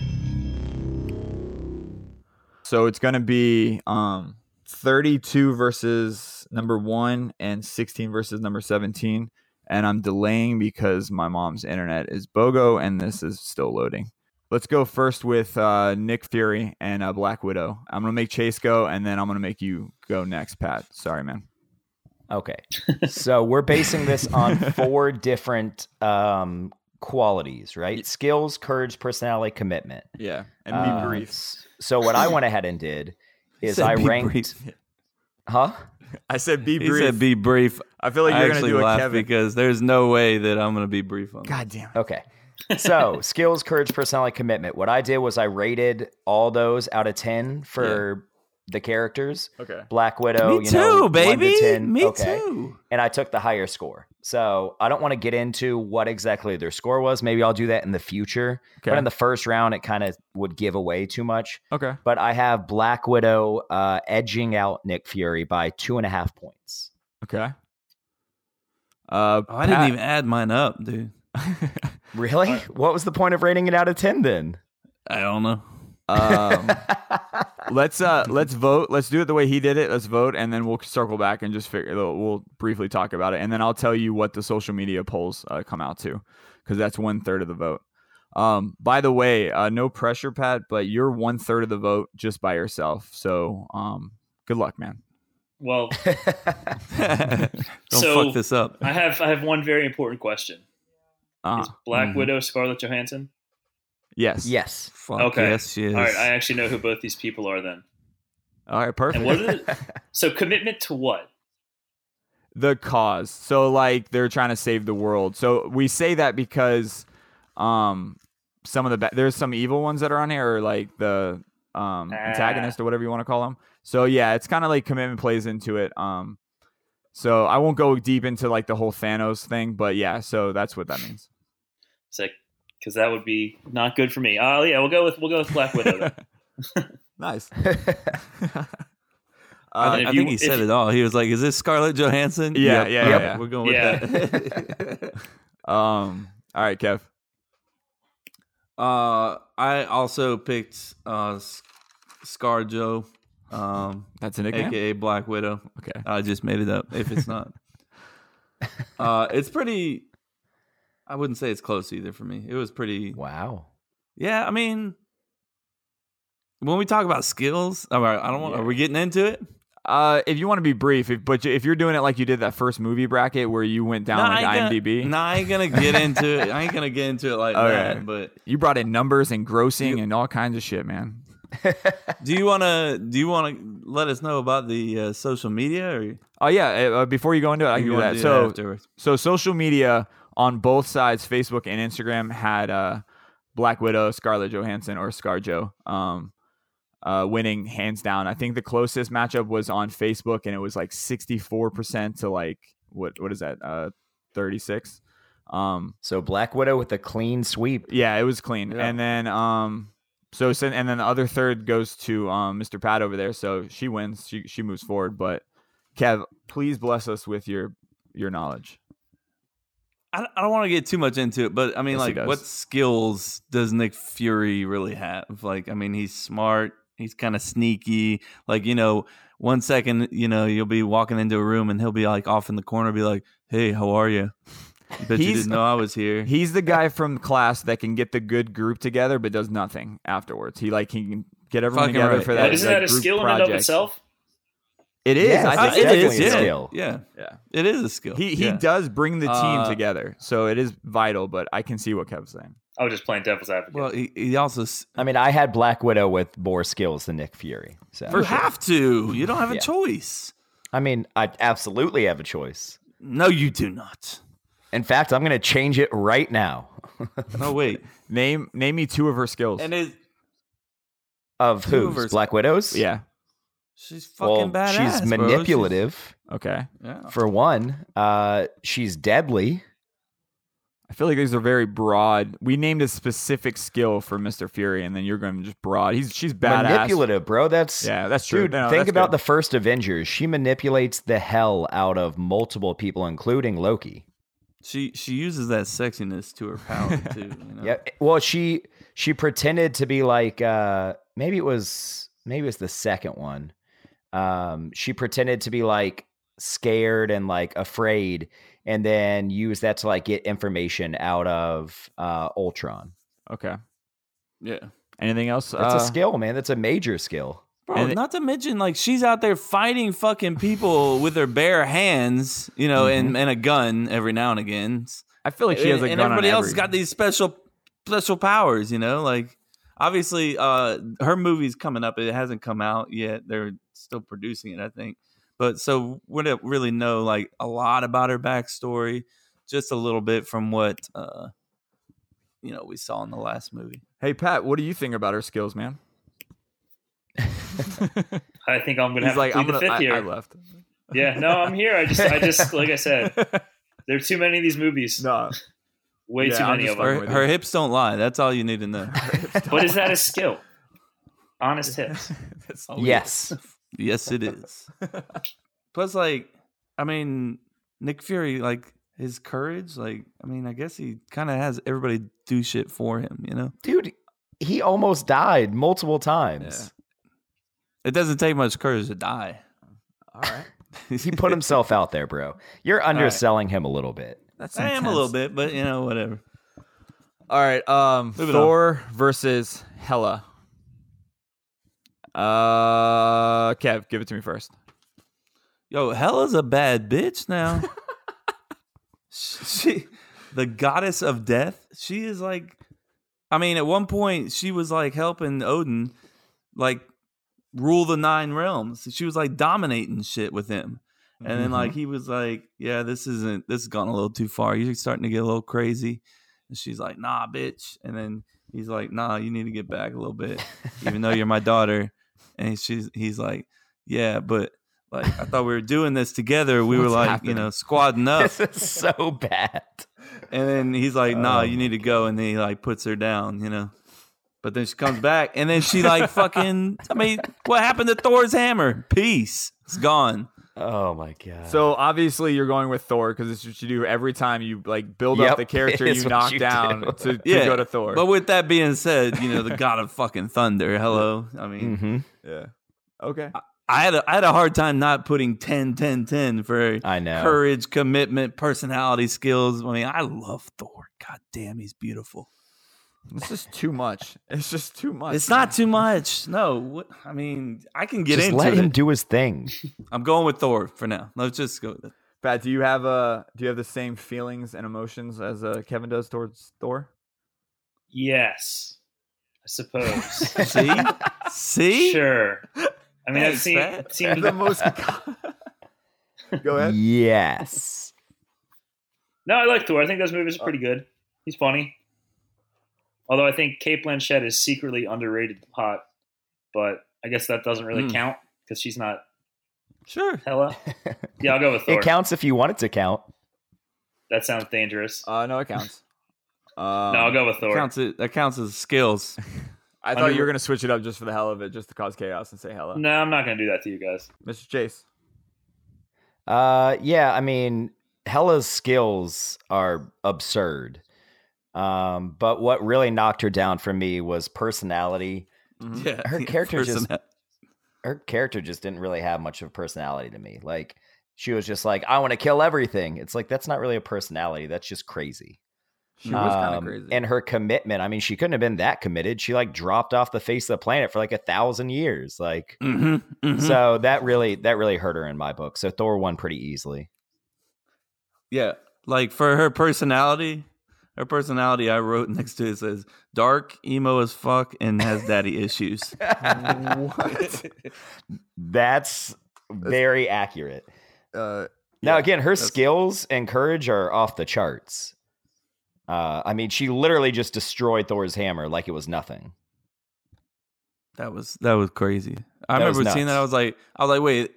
So it's gonna be um 32 versus number one and 16 versus number 17. And I'm delaying because my mom's internet is BOGO and this is still loading. Let's go first with uh, Nick Fury and uh, Black Widow. I'm gonna make Chase go and then I'm gonna make you go next, Pat. Sorry, man.
Okay. So we're basing this on four different um, qualities, right? Skills, courage, personality, commitment.
Yeah, and
Uh,
be brief.
s- So what I went ahead and did is
Said
I
be
ranked,
brief.
huh?
I said be
He
brief.
said be brief.
I feel like
I
you're gonna
actually
do a
laughed
Kevin.
because there's no way that I'm gonna be brief on.
God damn. It.
Okay. So skills, courage, personality, commitment. What I did was I rated all those out of ten for the characters.
Okay.
Black
that.
Widow,
Me
you
too,
know, one to
baby.
10.
Me
Okay.
too.
and I took the higher score. So I don't want to get into what exactly their score was. Maybe I'll do that in the future.
Okay.
But in the first round, it kind of would give away too much.
Okay.
But I have Black Widow uh, edging out Nick Fury by two and a half points.
Okay. Uh,
Oh, I
Pat-
didn't even add mine up, dude.
Really? What was the point of rating it out of 10 then?
I don't know.
Um, let's uh let's vote. Let's do it the way he did it. Let's vote, and then we'll circle back and just figure. We'll, we'll briefly talk about it, and then I'll tell you what the social media polls uh, come out to, because that's one third of the vote. Um, by the way, uh, no pressure, Pat, but you're one third of the vote just by yourself. So um, good luck, man.
Well,
Don't
So-
fuck this up.
I have I have one very important question.
Uh,
Is Black
mhm.
mm-hmm.
Widow Scarlett Johansson?
yes.
yes.
Fuck
Okay.
yes, she is.
All right, I actually know who both these people are then.
All right. Perfect.
And what is it? So commitment to what?
the cause. So like they're trying to save the world. So we say that because um some of the ba- there's some evil ones that are on here or like the um
Ah.
antagonist or whatever you want to call them. So yeah, it's kind of like commitment plays into it. Um so I won't go deep into like the whole Thanos thing, but yeah, so that's what that means.
It's like because that would be not good for me. Oh yeah, we'll go with we'll go with Black Widow. Then.
Nice.
I,
Uh,
if
I
you-
think he
if
said
you-
it all. He was like, "Is this Scarlett Johansson?"
Yeah, yeah,
all
yeah,
right,
yeah.
We're going with
Yeah.
that.
um all right, Kev.
uh, I also picked uh, S- ScarJo, um,
That's a nickname.
aka Black Widow.
Okay.
I just made it up. If it's not, uh, it's pretty. I wouldn't say it's close either for me. It was pretty.
wow.
Yeah, I mean, when we talk about skills, all right, I don't want. Are we getting into it?
Uh, if you want to be brief, if, but if you're doing it like you did that first movie bracket where you went down
No,
like
I ain't gonna-
IMDb,
No, I ain't gonna get into it. I ain't gonna get into it like
Okay.
that. But
You brought in numbers and grossing
You-
and all kinds of shit, man.
do you wanna do you wanna let us know about the uh, social media or
Oh yeah, uh, uh, before you go into it, I
you
can do
wanna
that. so,
afterwards?
so social media on both sides, Facebook and Instagram, had uh, Black Widow, Scarlett Johansson, or ScarJo, um, uh, winning hands down. I think the closest matchup was on Facebook, and it was like sixty four percent to like what what is that uh, thirty six. Um,
So Black Widow with a clean sweep.
Yeah, it was clean.
Yeah.
And then um so sen- and then the other third goes to um Mr. Pat over there. So she wins. She she moves forward, but Kev, please bless us with your your knowledge.
I don't, I don't want to get too much into it, but I mean,
Yes, he
like,
does.
what skills does Nick Fury really have? Like, I mean, he's smart. He's kind of sneaky. Like, you know, one second, you know, you'll be walking into a room and he'll be like off in the corner, be like, "Hey, how are you?" Bet you
He's-
didn't know I was here.
He's the guy from class that can get the good group together but does nothing afterwards. He like he can get everyone
Fucking
together
right.
for
Yeah,
that.
Isn't
like,
that a
group
skill in and of
project.
itself?
It is.
Yes,
I
it's
think
Uh,
it
definitely
is.
a
yeah,
skill.
Yeah,
Yeah.
it is a skill.
He he
yeah.
does bring the team
Uh,
together. So it is vital, but I can see what Kev's saying.
I was just playing devil's advocate.
Well, he, he also s-
I mean, I had Black Widow with more skills than Nick Fury. So
you have to. You don't have a
Yeah.
choice.
I mean, I absolutely have a choice.
No, you do not.
In fact, I'm going to change it right now.
No, wait.
Name name me two of her skills.
and it
Of
Two
who?
of us.
Black Widows.
yeah.
she's
Well,
fucking badass.
she's
bro.
manipulative
Okay.
yeah.
for one. Uh, she's deadly.
I feel like these are very broad. We named a specific skill for Mr. Fury, and then you're going to just broad. He's she's badass.
Manipulative, bro. That's
Yeah, that's true.
Dude,
No,
think
that's
about the
good.
first Avengers. She manipulates the hell out of multiple people, including Loki.
She she uses that sexiness to her power too. You know?
Yeah. eh, Well, she she pretended to be like uh maybe it was maybe it was the second one. Um she pretended to be like scared and like afraid and then used that to like get information out of uh Ultron.
okay.
yeah.
Anything else?
That's
Uh,
a skill, man. That's a major skill.
Bro,
And it-
not to mention like she's out there fighting fucking people with her bare hands, you know,
Mm-hmm.
and, and a gun every now and again.
I feel like she has
and,
a
and
gun.
everybody
on
else
every-
has got these special special powers, you know, like obviously uh her movie's coming up. It hasn't come out yet. They're still producing it, I think. But so we don't really know like a lot about her backstory, just a little bit from what uh you know we saw in the last movie.
Hey Pat, what do you think about her skills, man?
I think I'm gonna
He's
have
like,
to plead
I'm gonna.
the fifth
I,
here.
I left.
yeah, no, I'm here. I just, I just, like I said, there are too many of these movies.
No,
Way
Yeah,
too
I'm
many
just
of them.
fucking
Her,
with
her
you.
hips don't lie. That's all you need to know.
But is that a skill? Honest tips.
oh,
yes.
yes, it is. Plus, like, I mean, Nick Fury, like his courage, like, I mean, I guess he kind of has everybody do shit for him. You know,
Dude, he almost died multiple times.
it doesn't take much courage to die.
all right.
He put himself out there, bro. You're underselling him a little bit.
That's
I am a little bit, but you know, whatever.
All right. Um,
Moving on.
Thor versus Hela. Uh, Kev, give it to me first.
Yo, Hela's a bad bitch now. she, the goddess of death. She is like, I mean, at one point she was like helping Odin, like rule the nine realms. She was like dominating shit with him, and then
Mm-hmm.
like he was like, yeah, this isn't. This has gone a little too far. You're starting to get a little crazy. And she's like, nah, bitch. And then he's like, nah, you need to get back a little bit, even though you're my daughter. And she's, he's like, yeah, but like I thought we were doing this together. We were
What's
like,
happening?
you know, squadding up.
This is so bad.
And then he's like, nah, you need to
Oh.
go. And then he like puts her down, you know. But then she comes back and then she like fucking I mean, what happened to Thor's hammer? Peace. It's gone.
Oh my god.
So obviously you're going with Thor because it's what you do every time you like build
Yep,
up the character
it is
you
what
knock
you
down
do.
to, to
Yeah.
go to Thor.
But with that being said, you know, the god of fucking thunder. Hello. I mean
Mhm.
yeah. Okay.
I had a I had a hard time not putting 10, 10, 10 for
I know.
courage, commitment, personality, skills. I mean, I love Thor. God damn, he's beautiful.
It's just too much. It's just too much.
It's not too much. No, what, I mean, I can get
Just
into
let
it.
him do his thing.
I'm going with Thor for now. Let's just go with it.
Pat, do you have uh do you have the same feelings and emotions as uh, Kevin does towards Thor?
Yes, I suppose.
See? See?
sure. I mean, I've
Thanks,
seen,
Matt.
seen
The most. go ahead.
Yes.
No, I like Thor. I think those
Oh.
movies are pretty good. He's funny. Although I think Kate Blanchett is secretly underrated hot, but I guess that doesn't really
Hmm.
count because she's not
Sure.
Hella. Yeah, I'll go with Thor.
It counts if you want it to count.
That sounds dangerous.
Uh, no, it counts. Um,
no, I'll go with Thor.
Counts it, that counts as skills.
I thought you
Under-
were gonna switch it up just for the hell of it, just to cause chaos and say hello,
No, I'm not going to do that to you guys.
Mr. Chase.
Uh, yeah, I mean, Hella's skills are absurd. Um, but what really knocked her down for me was personality.
Mm-hmm.
Yeah.
Her
yeah,
character just-
personnel.
Her character just didn't really have much of a personality to me. Like she was just like, I want to kill everything. It's like that's not really a personality. That's just crazy.
She was kind of
Um,
crazy.
And her commitment. I mean, she couldn't have been that committed. She like dropped off the face of the planet for like a thousand years. Like
Mhm,
Mm-hmm.
mhm.
so that really that really hurt her in my book. So Thor won pretty easily.
yeah. Like for her personality, her personality I wrote next to it says dark, emo as fuck, and has daddy issues.
Mm. what?
That's very accurate.
Uh,
Now,
Yeah,
again, her
that's-
skills and courage are off the charts. Uh, I mean, she literally just destroyed Thor's hammer like it was nothing.
That was that was crazy. I
That was
remember seeing that.
nuts.
I was like, I was like, wait,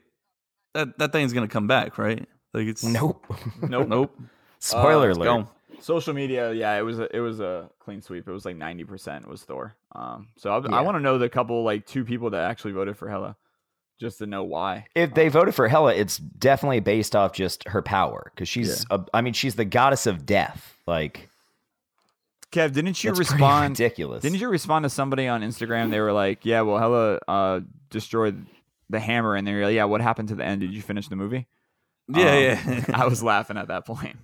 that that thing's gonna come back, right? Like it's
Nope.
nope.
nope.
Spoiler
Uh,
alert.
Gone.
Social media, yeah, it was a, it was a clean sweep. It was like ninety percent was Thor. Um, so I,
Yeah.
I want to know the couple like two people that actually voted for Hella, just to know why.
If they voted for Hela, it's definitely based off just her power because she's, a- I mean, she's the goddess of death. Like,
Kev, didn't you
that's pretty
respond?
ridiculous.
Didn't you respond to somebody on Instagram? They were like, "Yeah, well, Hella uh, destroyed the hammer," and they were like, "Yeah, what happened to the end? Did you finish the movie?"
Yeah,
Um,
yeah.
I was laughing at that point.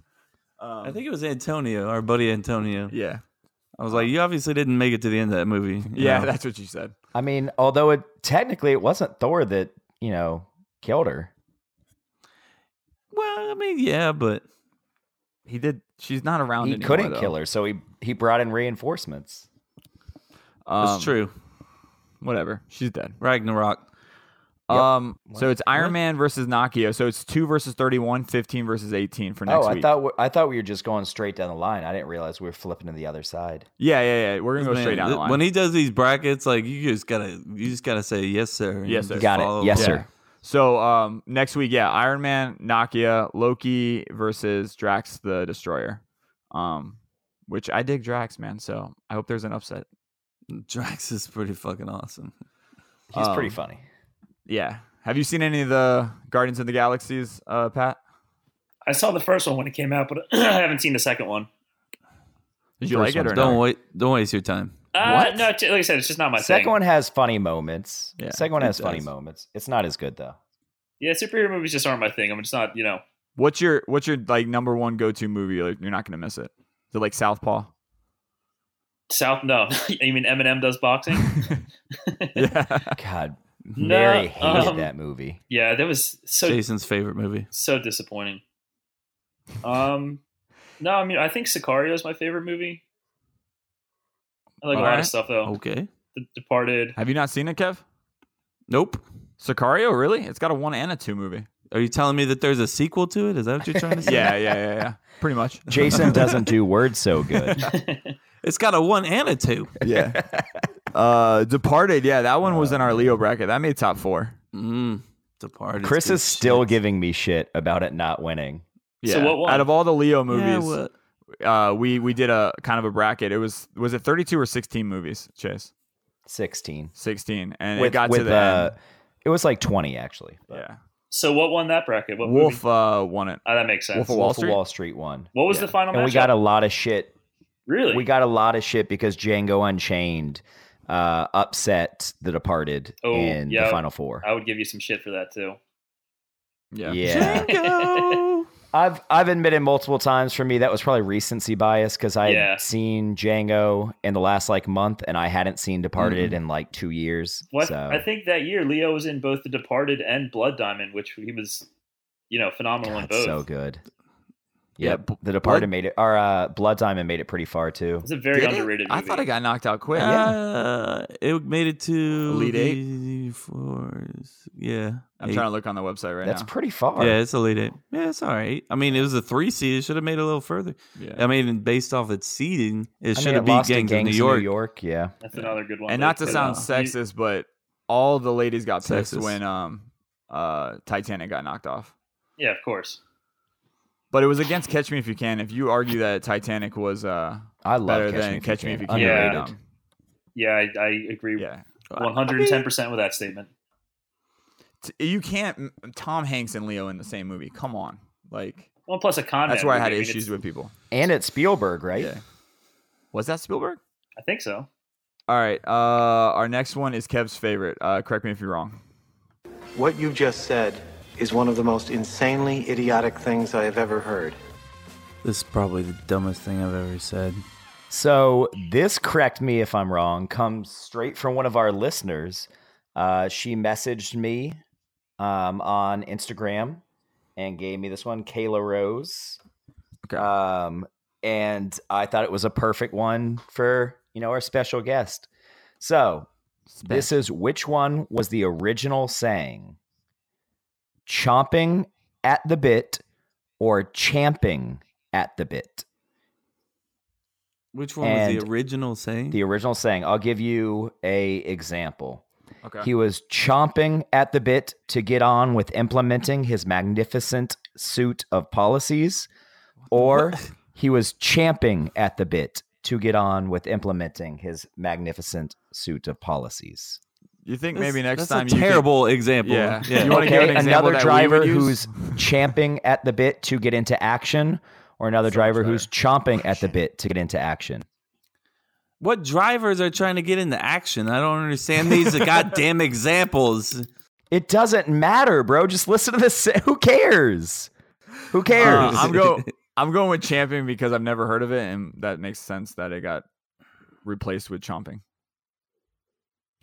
Um,
I think it was Antonio, our buddy Antonio.
yeah,
I was like, you obviously didn't make it to the end of that movie. you
Um, yeah,
know?
that's what you said.
I mean, although it technically it wasn't Thor that, you know, killed her.
Well, I mean, yeah, but
He did. She's not around.
He
anymore,
couldn't
though.
kill her. So he, he brought in reinforcements.
it's
Um,
true.
Whatever. She's dead.
Ragnarok.
Yep.
Um, so it's Iron
What?
Man versus Nakia. So it's two versus 31, 15 versus 18 for next
Oh, I
week.
thought we- I thought we were just going straight down the line. I didn't realize we were flipping to the other side.
yeah, yeah, yeah. We're gonna go
Man,
straight down the
th-
line.
When he does these brackets, like you just gotta, you just gotta say yes, sir. and
Yes,
you
sir.
just
Got
follow
it. Yes,
Yeah.
sir.
so um, next week, yeah, Iron Man, Nakia, Loki versus Drax the Destroyer. Um, which I dig Drax, man. So I hope there's an upset.
Drax is pretty fucking awesome.
He's pretty
Um,
funny.
Yeah. Have you seen any of the Guardians of the Galaxies, uh, Pat?
I saw the first one when it came out, but I haven't seen the second one.
Did you like
First
it
one's
or
Don't
not?
wait, don't waste your time.
Uh,
What?
No, t- like I said, it's just not my
Second
thing.
one has funny moments.
Yeah,
Second one
it
has funny
does.
moments. It's not as good though.
Yeah, superhero movies just aren't my thing. I'm just not, you know.
What's your what's your like number one go to movie? Like you're not gonna miss it. Is it like Southpaw?
South? No, you mean Eminem does boxing?
yeah.
God,
No,
Mary hated
um,
that movie.
yeah, that was so
Jason's favorite movie.
so disappointing. Um, no, I mean I think Sicario is my favorite movie. I like a lot
Alright.
of stuff though.
Okay.
The Departed.
Have you not seen it, Kev?
Nope.
Sicario, really? It's got a one and a two movie.
Are you telling me that there's a sequel to it? Is that what you're trying to say?
Yeah, yeah, yeah, yeah. Pretty much.
Jason doesn't do words so good.
It's got a one and a two.
yeah. Uh, Departed. Yeah, that one was in our Leo bracket. That made top four.
Mm. Departed.
Chris is still giving me shit about it not winning.
Yeah.
So what won?
Out of all the Leo
Yeah,
movies,
what?
uh, we we did a kind of a bracket. It was was it thirty two or sixteen movies, Chase?
16.
Sixteen, and it got to the
uh,
end.
it was like 20 actually. but-
Yeah,
So what won that bracket? What
Wolf
Movie?
uh, won it.
Oh, that makes sense.
Wolf of Wall
Wolf of
Street?
Wall Street won.
What was
Yeah.
the final
And
matchup?
we got a lot of shit
really.
We got a lot of shit because Django Unchained uh, upset The Departed
Oh,
in
yeah.
the Final Four.
I would give you some shit for that too.
Yeah,
Yeah.
Django.
I've I've admitted multiple times for me that was probably recency bias because I
Yeah.
had seen Django in the last like month and I hadn't seen Departed in like two years.
Mm-hmm. What
So
I think that year Leo was in both The Departed and Blood Diamond, which he was, you know, phenomenal in
God,
both.
so good.
Yeah,
Yep,
B-
The Departed
Blood-
made it. Or uh, Blood Diamond made it pretty far too.
It's a very
Did it?
underrated
I
movie.
thought it got knocked out quick.
Uh, it made it to
Elite
the
Eight?
fours. Yeah,
I'm
eight.
trying to look on the website right
That's
now.
pretty far.
Yeah, it's elite eight. Yeah, it's all right. I mean, it was a three seed. It should have made it a little further.
yeah.
I mean, based off its seeding, it
I mean,
should
it
have beat
lost to
Gangs, of New York.
Yeah,
That's another good one.
and
that
not to
came
sound
out. You-
sexist, but all the ladies got pissed
Sexist.
when um uh Titanic got knocked off.
yeah, of course.
But it was against Catch Me If You Can. If you argue that Titanic was uh
I love
better
Catch
than
Me If
Catch Me If You Can,
Yeah.
Underrated.
um,
Yeah, I, I agree
yeah.
one hundred and ten percent with that statement.
T- you can't m- Tom Hanks and Leo in the same movie. Come on, like
Well, plus a con.
that's
Man
where I
movie,
had
mean,
issues
it's-
with people.
And it's Spielberg, right?
Yeah. Was that Spielberg?
I think so.
All right. Uh, our next one is Kev's favorite. Uh, correct me if you're wrong.
What you just said is one of the most insanely idiotic things I have ever heard.
This is probably the dumbest thing I've ever said.
So this, correct me if I'm wrong, comes straight from one of our listeners. Uh, she messaged me um, on Instagram and gave me this one, Kayla Rose.
Okay.
Um, and I thought it was a perfect one for you know our special guest. So this is which one was the original saying? Chomping at the bit or champing at the bit?
Which one was
And
the original saying?
the original saying. I'll give you a example.
Okay.
He was chomping at the bit to get on with implementing his magnificent suit of policies, or he was champing at the bit to get on with implementing his magnificent suit of policies.
you think
That's-
maybe next
that's
time
a
you Uh, could-
terrible example.
Yeah. You
yeah.
wanna give an example
another
that we
driver
would
who's
use?
champing at the bit to get into action, or another driver who's chomping at the bit to get into action.
What drivers are trying to get into action? I don't understand these goddamn examples.
It doesn't matter, bro. Just listen to this. Who cares? Who
Uh,
cares?
I'm go. I'm going with champion because I've never heard of it, and that makes sense that it got replaced with chomping.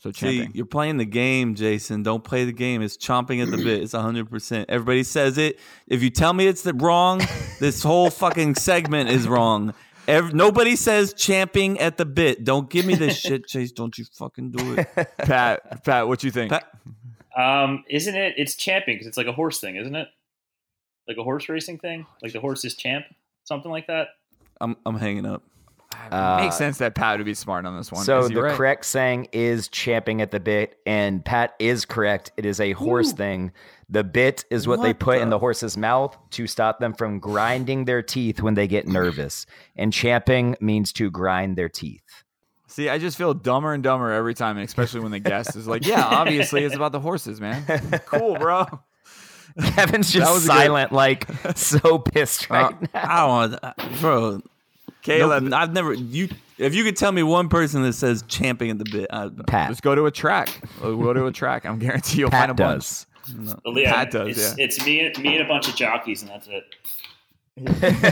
So
See,
champing.
you're playing the game, Jason. Don't play the game. It's chomping at the bit. It's 100%. Everybody says it. If you tell me it's the wrong, this whole fucking segment is wrong. Ev- nobody says champing at the bit. Don't give me this shit, Chase. Don't you fucking do it.
Pat, Pat, what you think?
Pat-
Um, isn't it? It's champing because it's like a horse thing, isn't it? Like a horse racing thing. Like the horse is champ, something like that.
I'm, I'm hanging up.
Uh,
makes sense that Pat would be smart on this one.
so
Is he
the
right?
correct saying is champing at the bit, and Pat is correct. It is a horse thing. The bit is what, they
What
put in
the-
the horse's mouth to stop them from grinding their teeth when they get nervous. And champing means to grind their teeth.
See, I just feel dumber and dumber every time, and especially when the guest is like, "Yeah, obviously, it's about the horses, man." cool, bro.
Kevin's
was
just
a good-
silent, like so pissed
Uh,
right now.
I don't want Bro,
Caleb,
nope, I've never. you. If you could tell me one person that says champing at the bit, I,
Pat,
Just go to a track. We'll go to a track. I'm guarantee you'll find a
Pat
bunch.
does.
But Leo,
Pat does,
It's,
yeah.
it's me, and- me and a bunch of jockeys, and that's it. the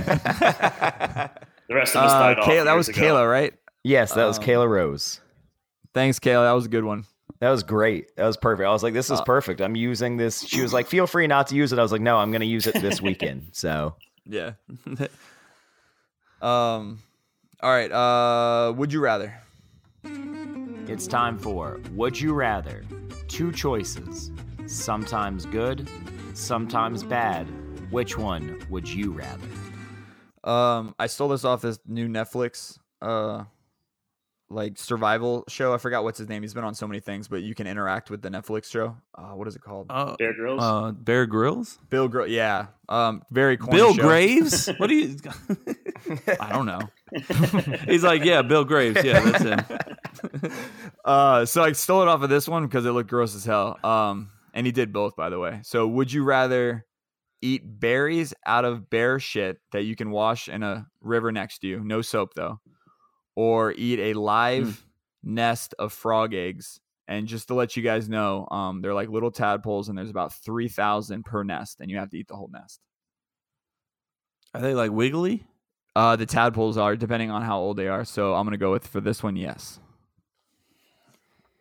rest of us
Uh,
died off.
Kayla, that
years
Uh, was
ago.
Kayla, right?
Yes, that was
Um,
Kayla Rose.
Thanks, Kayla. That was a good one.
That was great. That was perfect. I was like, this is
Uh,
perfect. I'm using this. She was like, feel free not to use it. I was like, no, I'm going to use it this weekend. So
Yeah. um. All right. Uh. Would you rather?
it's time for Would You Rather? Two choices, sometimes good, sometimes bad. Which one would you rather?
Um. I stole this off this new Netflix. Uh. Like survival show. I forgot what's his name. He's been on so many things, but you can interact with the Netflix show. Uh, what is it called?
Uh,
Bear Grylls.
uh, Bear Grylls,
Bill. Gr- yeah. Um. Very corny.
Bill
show.
Graves. What do you?
I don't know.
He's like, yeah, Bill Graves. Yeah, that's him.
Uh, so I stole it off of this one because it looked gross as hell. Um, and he did both, by the way. So would you rather eat berries out of bear shit that you can wash in a river next to you, no soap though, or eat a live
Hmm.
nest of frog eggs? And just to let you guys know, um, they're like little tadpoles, and there's about three thousand per nest, and you have to eat the whole nest.
Are they like wiggly?
Uh, the tadpoles are depending on how old they are. So I'm gonna go with for this one, yes.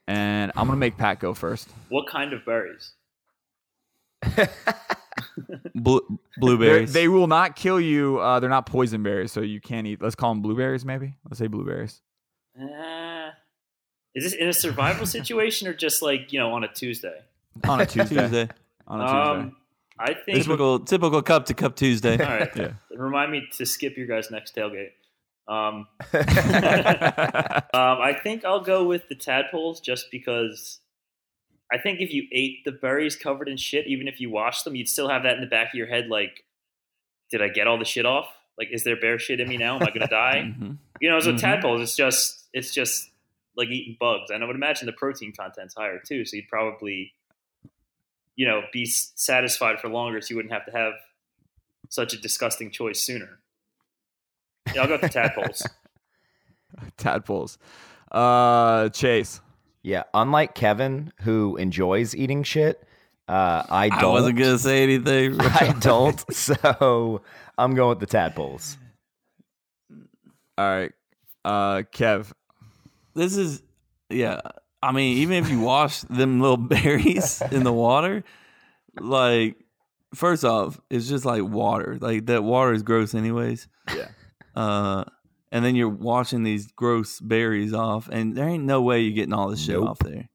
And I'm gonna make Pat go first.
what kind of berries?
Blue,
They're-
blueberries.
They will not kill you. Uh, they're not poison berries, so you can't eat. Let's call them blueberries, maybe. Let's say blueberries.
Uh, is this in a survival situation or just like you know on a Tuesday?
On a Tuesday.
Tuesday.
On a Tuesday.
Um, I think. All
Typical, typical cup to cup Tuesday.
right.
Yeah.
Remind me to skip your guys' next tailgate. Um, Um, I think I'll go with the tadpoles just because I think if you ate the berries covered in shit, even if you washed them, you'd still have that in the back of your head like, did I get all the shit off? Like, is there bear shit in me now? Am I going to die?
Mhm.
You know, so
Mhm.
tadpoles, it's just, it's just like eating bugs. And I would imagine the protein content's higher too. So you'd probably, you know, be s- satisfied for longer so you wouldn't have to have such a disgusting choice sooner. Yeah, I'll go with the tadpoles.
Tadpoles. Uh, Chase.
Yeah, unlike Kevin, who enjoys eating shit, uh, I don't.
I wasn't gonna say anything.
I don't. So I'm going with the tadpoles.
All right. Uh, Kev.
this is yeah i mean even if you wash them little berries in the water like first off it's just like water like that water is gross anyways
Yeah.
uh and then you're washing these gross berries off and there ain't no way you're getting all this shit
Nope.
off there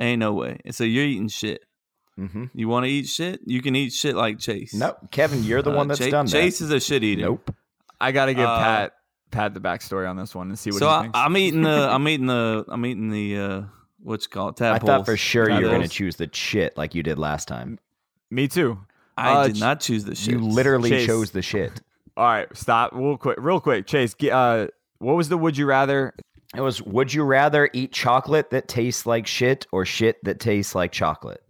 ain't no way and so you're eating shit
Mm-hmm.
you want to eat shit you can eat shit like chase
Nope, Kevin, you're the
Uh,
one that's
Cha-
done that.
chase is a shit eater
nope.
I gotta give
Uh,
Pat Pat the backstory on this one and see what
so
he
I,
thinks.
i'm eating the i'm eating the i'm eating the uh what you call it tadpoles
I thought for sure you were going to
Tadpoles.
choose the shit like you did last time.
Me too.
I
Uh,
did
Ch-
not choose this shit.
You literally
Chase.
chose the shit.
All right. Stop. Real quick. Real quick. Chase. ge- Uh, what was the would you rather?
It was would you rather eat chocolate that tastes like shit or shit that tastes like chocolate?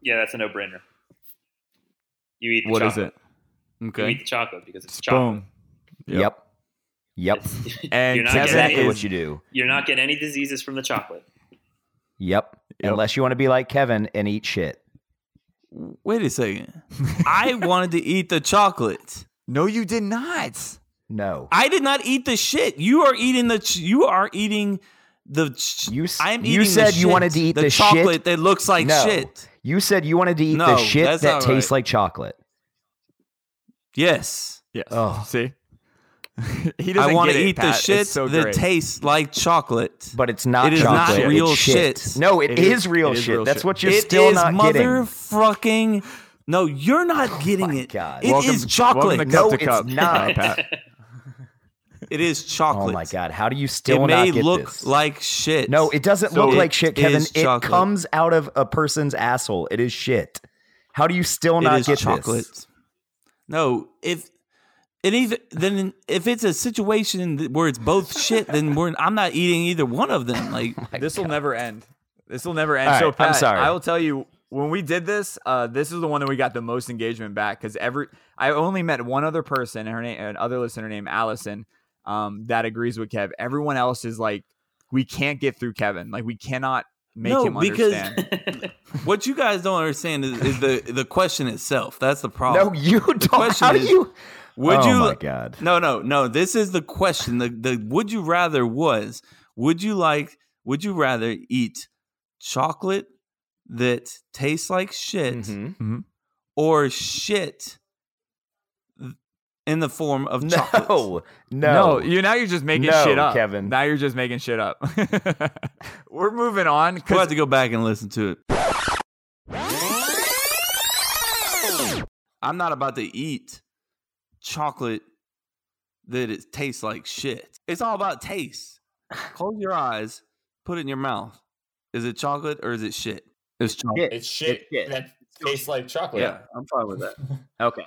Yeah, that's a no-brainer. You eat the
What is
chocolate.
it?
You
Okay.
eat the chocolate because it's chocolate.
Boom.
Yep. Yep.
It's-
And
you're not
Kevin
That's exactly
getting
what
any,
you do.
you're not getting any diseases from the chocolate.
Yep.
Yep.
Unless you want to be like Kevin and eat shit.
Wait a second. I wanted to eat the chocolate.
No, you did not.
No.
I did not eat the shit. You are eating the. Ch- you are eating the. Ch-
You s-
I'm eating.
you
the
said you
shit,
wanted to eat
the,
the shit.
chocolate that looks like
No.
shit.
You said you wanted to eat
No,
the shit
that's
that
not
tastes
right.
like chocolate.
Yes,
Yes.
Oh.
See? he
I
want to
to eat the shit that tastes like chocolate.
But it's not
It is not
chocolate. it's
real
shit.
shit.
No,
It
it
is-
is, real
it is
shit.
real
That's
shit.
what you're
It
still
is
not getting. Oh
motherfucking. No, you're not getting
my
it.
God.
It is
Welcome-
chocolate.
welcome to
No,
Cup to
it's
Cup,
not.
uh, Pat.
it is chocolate.
Oh my god, how do you still
It
not
may
get
look
this?
like shit.
No, it doesn't
So
look like
it
shit, Kevin.
is
It
chocolate.
comes out of a person's asshole. It is shit. How do you still not
it is
get
chocolate.
this?
No, if and even then, if it's a situation that- where it's both shit, then we're I'm not eating either one of them. Like
This will never end. This will never end.
All
so
right, I'm
Pat,
sorry.
I will tell you when we did this, uh, this is the one that we got the most engagement back because every I only met one other person, her name, another listener named Allison, um, that agrees with Kev. Everyone else is like, we can't get through Kevin. Like we cannot make
No,
him
because-
understand.
what you guys don't understand is, is the the question itself. That's the
No,
problem.
you don't.
question
How do
is-
you?
Would
oh
you?
my god.
No, no, no. This is the question. The the would you rather was would you like would you rather eat chocolate that tastes like shit
Mhm.
or shit th- in the form of chocolate?
No,
No,
no,
you now you're just making
No,
shit up,
Kevin.
Now you're just making shit up. We're moving on. 'cause-
We'll have to go back and listen to it. I'm not about to eat chocolate that it tastes like shit. It's all about taste. Close your eyes, put it in your mouth. Is it chocolate or is it shit? It's chocolate.
Shit.
It's shit
shit.
that tastes like chocolate.
Yeah, I'm fine with that.
Okay.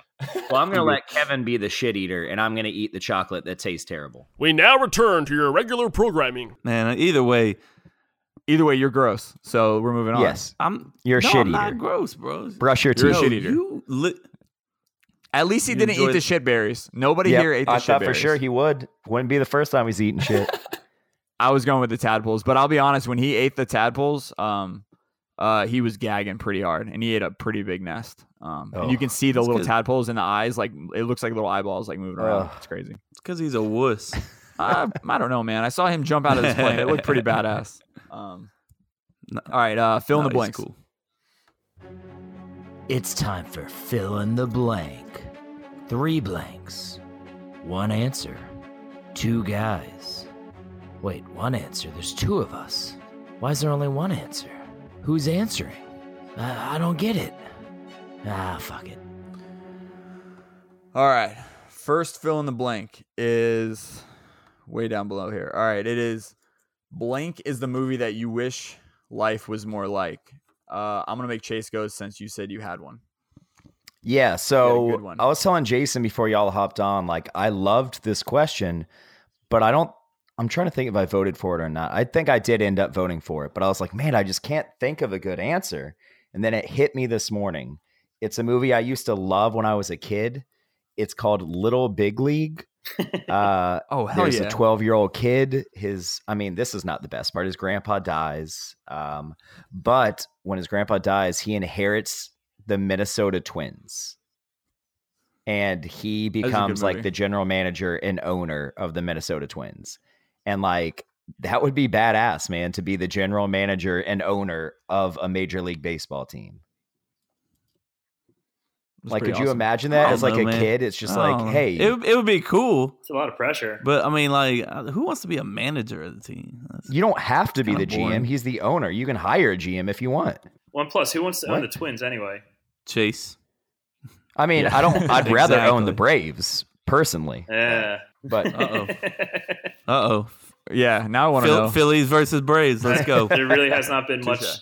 Well, I'm gonna let Kevin be the shit eater, and I'm gonna eat the chocolate that tastes terrible.
We now return to your regular programming.
Man, either way,
Either way, you're gross. So we're moving on.
Yes,
I'm
You're a
no,
shit
I'm not
eater.
gross, bro.
brush your
You're a
teeth.
shit eater.
You li-
At least he
You
didn't eat
enjoyed-
the shit berries. Nobody
Yep,
here ate the
I
shit
thought for
berries.
sure he would. Wouldn't be the first time he's eating shit.
I was going with the tadpoles, but I'll be honest. When he ate the tadpoles, um, uh, he was gagging pretty hard, and he ate a pretty big nest. Um, and you
Oh,
can see the
that's
little
good.
tadpoles in the eyes, like it looks like little eyeballs, like moving around.
Ugh.
It's crazy.
it's because he's a wuss.
I, I don't know, man. I saw him jump out of this plane. It looked pretty badass. Um, all right, uh, fill in
No,
the
he's
blanks.
cool.
It's time for fill in the blank. Three blanks. One answer. Two guys. Wait, one answer. There's two of us. Why is there only one answer? Who's answering? I, I don't get it. Ah, fuck it.
All right. First fill in the blank is way down below here. All right. It is blank is the movie that you wish life was more like. Uh, I'm going to make Chase go since you said you had one.
Yeah, so
one.
I was telling Jason before y'all hopped on, like I loved this question, but I don't I'm trying to think if I voted for it or not. I think I did end up voting for it, but I was like, man, I just can't think of a good answer. And then it hit me this morning. It's a movie I used to love when I was a kid. It's called Little Big League. Uh
Oh,
there's a 12 year old kid his i mean this is not the best part his grandpa dies um, but when his grandpa dies he inherits the minnesota twins and he
a good
becomes like
movie.
the general manager and owner of the minnesota twins and like that would be badass man to be the general manager and owner of a major league baseball team
That's
like could
pretty
you
awesome.
imagine
I
that
don't
as like
know,
a
man.
kid it's just
I
like
don't know.
hey
Oh. it, would- it would be cool,
It's a lot of pressure.
but I mean, like, uh, who wants to be a manager of the team? That's-
you don't have to be
kinda
the
boring.
gm he's the owner you can hire a gm if you want
One plus, who wants to own
What?
the twins anyway?
Chase.
I mean,
Yeah.
I don't. I'd rather own the
Exactly.
Braves personally,
Yeah.
but
Uh-oh. Uh oh.
Yeah. Now I want to know.
Phillies versus Braves. Let's go.
there really has not been much
Touche.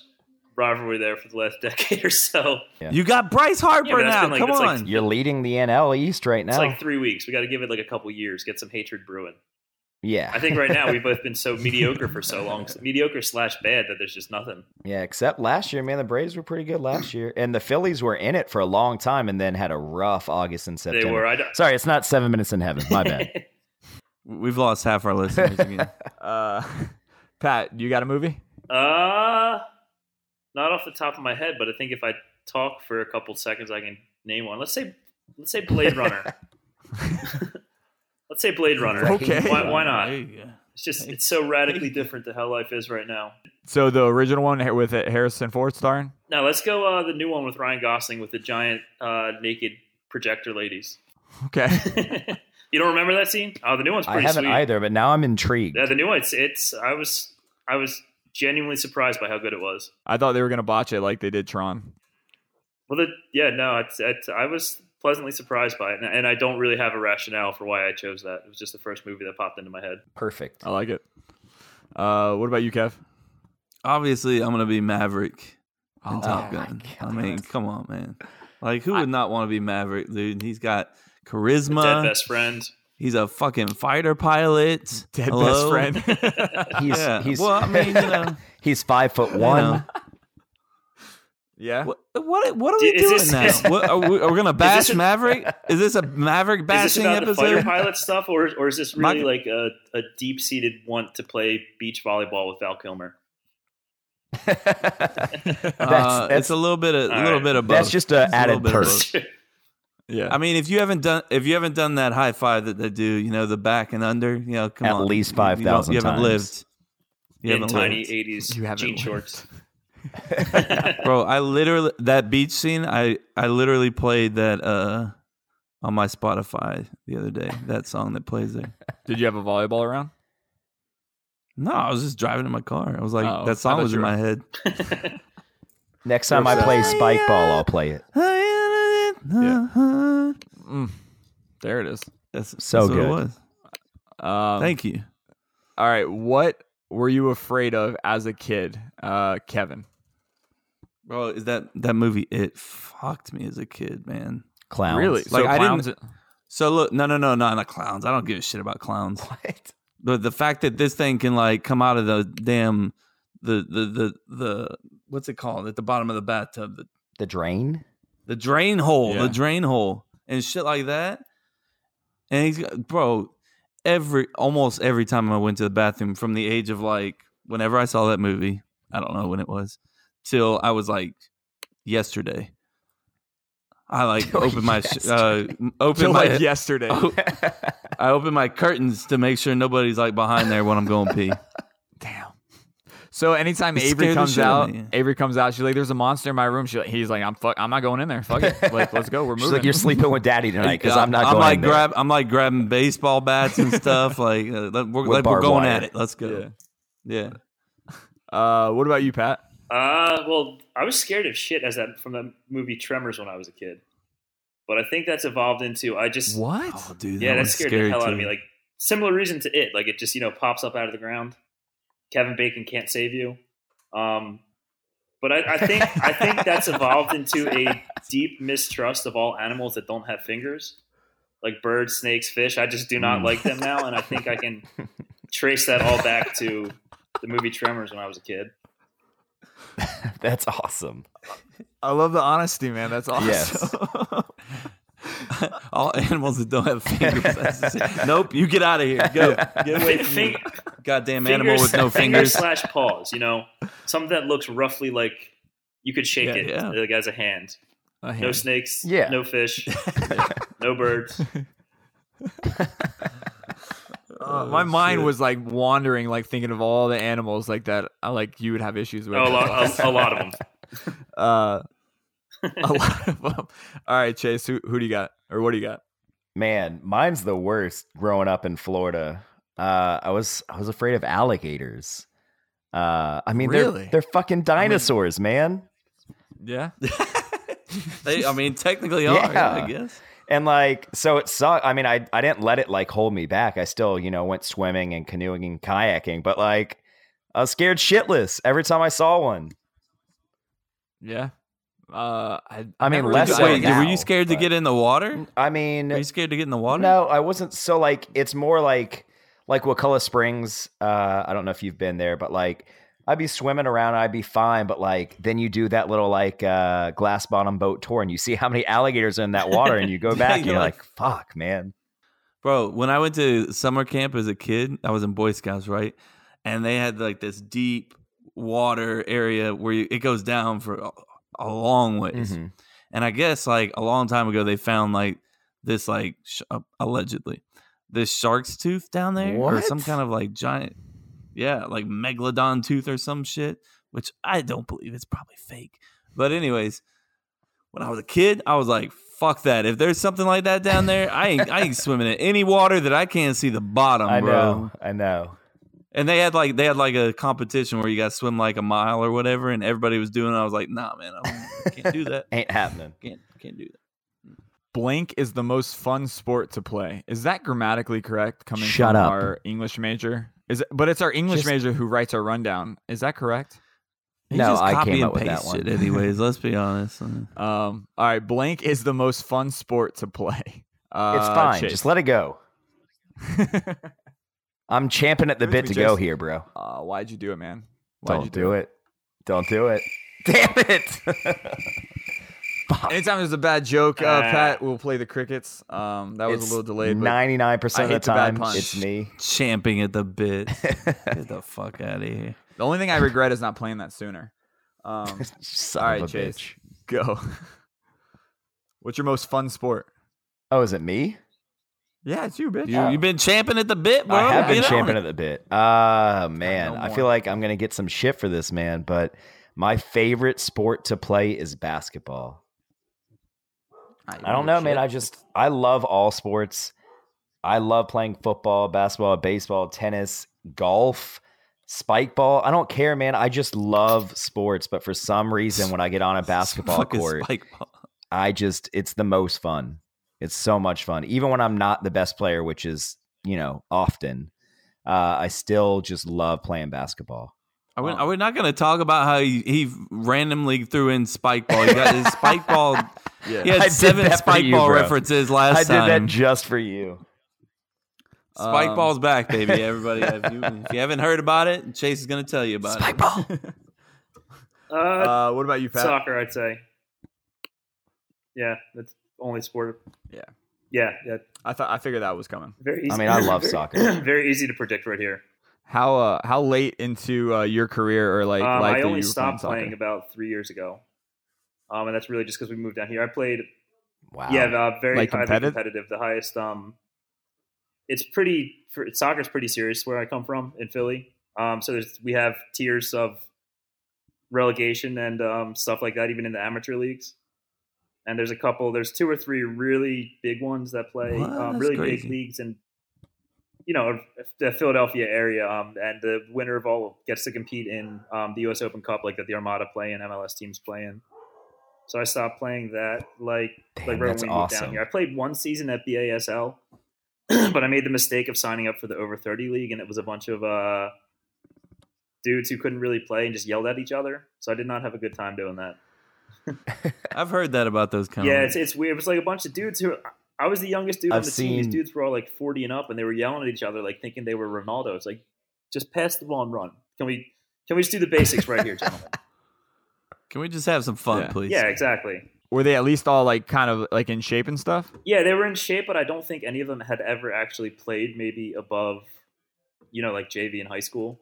rivalry there for the last decade or so.
Yeah.
You got Bryce Harper
Yeah, but that's
now.
been like-
Come
that's like-
on.
you're leading the NL East right now.
It's like three weeks. We got to give it like a couple years, get some hatred brewing.
yeah,
I think right now we've both been so mediocre for so long, mediocre slash bad that there's just nothing.
yeah. Except last year, man, the Braves were pretty good last year, and the Phillies were in it for a long time, and then had a rough August and September.
They were. I don't,
Sorry, it's not seven minutes in heaven. My bad.
We've lost half our listeners again.
uh, Pat, you got a movie?
uh, not off the top of my head, but I think if I talk for a couple seconds, I can name one. Let's say, let's say Blade Runner. let's say Blade Runner.
Okay.
Why, why
There
not?
you go.
It's just it's so radically different to how life is right now.
So the original one ha- with uh, Harrison Ford starring?
Now let's go uh, the new one with Ryan Gosling with the giant uh, naked projector ladies.
Okay.
you don't remember that scene? Oh, the new one's
I
pretty
haven't
sweet.
either, but now I'm intrigued.
Yeah, the new one. It's, it's I was I was genuinely surprised by how good it was.
I thought they were going to botch it like they did Tron.
Well, the, yeah, no, it's, it's I was pleasantly surprised by it, and, and I don't really have a rationale for why I chose that. It was just the first movie that popped into my head.
Perfect.
Oh.
I like it. Uh, what about you, Kev?
Obviously, I'm gonna be Maverick in
Oh,
Top
my
Gun. I
God.
mean, come on, man. Like, who would not want to be Maverick, dude? He's got charisma.
Dead best friend.
He's a fucking fighter pilot.
Dead
Hello?
best friend.
He's
Yeah.
he's
Well, I mean, you know,
he's five foot
you
one.
know.
yeah.
What, what what are
Uh, D- is
we doing
this-
now?
is-
what, are, we, are we gonna
this
bash
a-
Maverick? Is this a Maverick
Is this
bashing
about the fighter
episode?
pilot stuff, or or is this
My-
really like a, a deep seated want to play beach volleyball with Val Kilmer?
that's
Uh, it's
that's,
a little bit of, a
All
Uh, little
right.
bit of both.
that's just an
It's a little
added
bit of
perk.
both.
Yeah.
I mean, if you haven't done if you haven't done that high five that they do, you know the back and under, you know, come
At
on,
least
You- you don't-
5,000
You, haven't
times.
lived. You
in
haven't
tiny
lived.
80s
You haven't
jean
lived.
shorts.
bro. I literally that beach scene. I I literally played that uh on my Spotify the other day. That song that plays there.
Did you have a volleyball around?
No, I was just driving in my car. I was like,
Oh, I
that song
thought
was
you
in
were-
my head.
Next time I play spike ball, I'll play it.
Mm. There it is.
That's
So
that's what it
good.
was.
Um,
Thank you.
All right. What were you afraid of as a kid, uh, Kevin?
Bro, is that that movie? It fucked me as a kid, man.
Clowns.
Really?
Like, I didn't-
didn't.
So look, no, no, no, no, not clowns. I don't give a shit about clowns.
What?
But the fact that this thing can like come out of the damn the the the the what's it called at the bottom of the bathtub the
The drain?
the drain hole
Yeah.
the drain hole and shit like that. And he's got- bro, every almost every time I went to the bathroom from the age of like whenever I saw that movie, I don't know when it was, till I was like yesterday. I like
Till
opened my sh- uh,
Oh,
opened
yesterday.
Till
my
like yesterday.
Oh, I open my curtains to make sure nobody's like behind there when I'm going pee.
Damn. So anytime
It
Avery
scared the
comes
shit out of
out,
me.
Avery comes out. She's like, "There's a monster in my room." She, he's like, "I'm fuck. I'm not going in there. Fuck it. Like, let's go. We're
She's
moving."
like, you're sleeping with daddy tonight because I'm not
I'm
going
like
there.
grab. I'm like grabbing baseball bats and stuff. like uh, let- we're,
With
like, we're
barbed
going
wire.
at it. Let's go. Yeah.
Uh, what about you, Pat?
Uh, well, I was scared of shit as that from the movie Tremors when I was a kid, but I think that's evolved into I just
What?
Oh, dude.
yeah, that
one's
scared the
scary
hell out
too.
of me. Like similar reason to it, like it just you know pops up out of the ground. Kevin Bacon can't save you. Um, but I, I think I think that's evolved into a deep mistrust of all animals that don't have fingers, like birds, snakes, fish. I just do not
Mm.
like them now, and I think I can trace that all back to the movie Tremors when I was a kid.
That's awesome.
I love the honesty, man. That's awesome. Uh,
Yes.
all animals that don't have fingers. That's the same. nope. You get out of here. Go. Get away from me.
Fing-
Goddamn
fingers,
animal with no fingers.
slash paws. You know, something that looks roughly like you could shake
Yeah,
it
yeah.
like as a hand.
Oh,
A
No
hand.
snakes.
Yeah.
No fish. no birds.
Oh,
Uh, my mind was like wandering, like thinking of all the animals like that. I like you would have issues with.
Oh, a lot. A, a lot of them.
Uh, a lot of them. All right, Chase. Who who do you got, or what do you got?
Man, mine's the worst growing up in Florida. Uh, I was I was afraid of alligators. Uh, I mean,
Really?
they're they're fucking dinosaurs, man.
Yeah.
They, I mean, technically are.
Yeah.
yeah, I guess.
And like, so it sucked. I mean, I I didn't let it like hold me back. I still, you know, went swimming and canoeing and kayaking, but like, I was scared shitless every time I saw one.
Yeah. Uh, I,
I mean,
never
less
did
so
that.
Wait, were
now,
you scared to
but-
get in the water?
I mean,
Were you scared to get in the water?
No, I wasn't. So like, it's more like like Wakulla Springs. Uh, I don't know if you've been there, but like, I'd be swimming around, I'd be fine. But like, then you do that little like uh, glass bottom boat tour, and you see how many alligators are in that water, and you go
Yeah,
back, and
you're
you're
like,
like, "Fuck, man."
Bro, when I went to summer camp as a kid, I was in Boy Scouts, right? And they had like this deep water area where you, it goes down for a, a long ways.
Mhm.
And I guess like a long time ago, they found like this, like sh- uh, allegedly, this shark's tooth down there or some
What?
kind of like giant, yeah, like megalodon tooth or some shit, which I don't believe. It's probably fake. But, anyways, when I was a kid, I was like, fuck that. If there's something like that down there, I ain't, I ain't swimming in any water that I can't see the bottom,
I
bro.
know, I know.
And they had like they had like a competition where you got to swim like a mile or whatever, and everybody was doing. it. I was like, nah, man, I can't do that.
Ain't happening.
Can't can't do that.
blank is the most fun sport to play. Is that grammatically correct? Coming
Shut
from
up.
our English major. Is it, but it's our English
Just-
major who writes our rundown. Is that correct?
He
No,
just
I
copy
came
and
up with that
paste
one.
shit anyways. let's be honest.
Um, all right, blank is the most fun sport to play. Uh,
It's fine.
Chase.
Just let it go. I'm champing at the
Give it
bit
to
to
me,
go
Jason.
here, bro.
Uh, why'd you do it, man? Why'd you
Don't do it. Don't do it. Damn it.
Anytime there's a bad joke, uh,
Ah.
Pat, we'll play the crickets. Um, that was
It's
a little delayed. but-
Ninety-nine percent
I
of the
hate the bad
time,
puns.
it's me.
Champing at the bit. Get the fuck out of here.
The only thing I regret is not playing that sooner. Um,
Son
All
of
right,
a
Chase.
bitch.
go. What's your most fun sport?
Oh, is it me?
Yeah, it's you, bitch.
You, You've been champing at the bit, bro.
I have been
Get on
champing
it.
at the bit. Ah, man,
no
I
more.
feel like I'm gonna get some shit for this, man. But my favorite sport to play is basketball. I
Oh,
don't know, man. I just I love all sports. I love playing football, basketball, baseball, tennis, golf, spike ball. I don't care, man. I just love sports. But for some reason, when I get on a basketball
Fucking
court,
spike ball.
I just it's the most fun. It's so much fun. Even when I'm not the best player, which is, you know, often, uh, I still just love playing basketball.
Are we, are we not going to talk about how he, he randomly threw in spike ball? He got his spike ball.
Yeah.
He
I
had
did
seven
that for
spike
you,
ball
bro.
references last time.
just for you.
Spike
Um,
ball's back, baby. Everybody, if you, if you haven't heard about it, Chase is going to tell you about it.
ball.
Uh,
Uh, what about you, Pat?
soccer, I'd say. Yeah, that's the only sport.
Yeah.
Yeah, yeah.
I thought I figured that was coming.
Very easy.
I mean, I love
very-
soccer.
very easy to predict right here.
How uh how late into uh, your career or like
um,
likely
I only
you were
stopped playing,
soccer?
about three years ago, um, and that's really just because we moved down here. I played,
Wow.
yeah, uh, very
Like
highly
competitive?
competitive? The highest. Um, it's pretty. For, soccer's pretty serious where I come from in Philly. Um, so there's we have tiers of relegation and um, stuff like that, even in the amateur leagues. And there's a couple. There's two or three really big ones that play
What?
um,
That's
really
crazy.
big leagues and you know the Philadelphia area, um, and the winner of all gets to compete in um, the U.S. Open Cup, like that the Armada play and MLS teams play in. So I stopped playing that, like like right
Damn,
when
that's
we moved
awesome.
down here. I played one season at BASL, but I made the mistake of signing up for the over thirty league, and it was a bunch of uh, dudes who couldn't really play and just yelled at each other. So I did not have a good time doing that.
I've heard that about those kind
Yeah,
of.
it's, it's weird. It was like a bunch of dudes who I was the youngest dude on
I've
the team. These
seen-
dudes were all like forty and up, and they were yelling at each other, like thinking they were Ronaldo. It's like just pass the ball and run. Can we can we just do the basics right here, gentlemen?
Can we just have some fun,
Yeah.
please?
yeah, exactly.
Were they at least all like kind of like in shape and stuff?
Yeah, they were in shape, but I don't think any of them had ever actually played maybe above, you know, like JV in high school.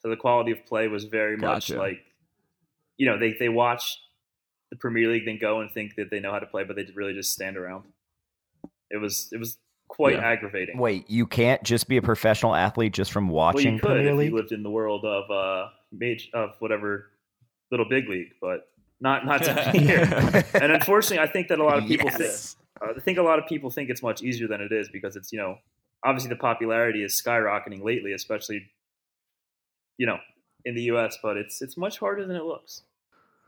So the quality of play was very
Gotcha.
much like, you know, they they watch the Premier League then go and think that they know how to play, but they really just stand around. It was it was quite
Yeah.
aggravating.
Wait, you can't just be a professional athlete just from
well,
watching
you could
Premier
if
League?
you lived in the world of uh major of whatever little big league, but not not down here. and unfortunately, I think that a lot of people think
Yes.
uh, I think a lot of people think it's much easier than it is because it's you know obviously the popularity is skyrocketing lately, especially you know in the U.S. But it's it's much harder than it looks.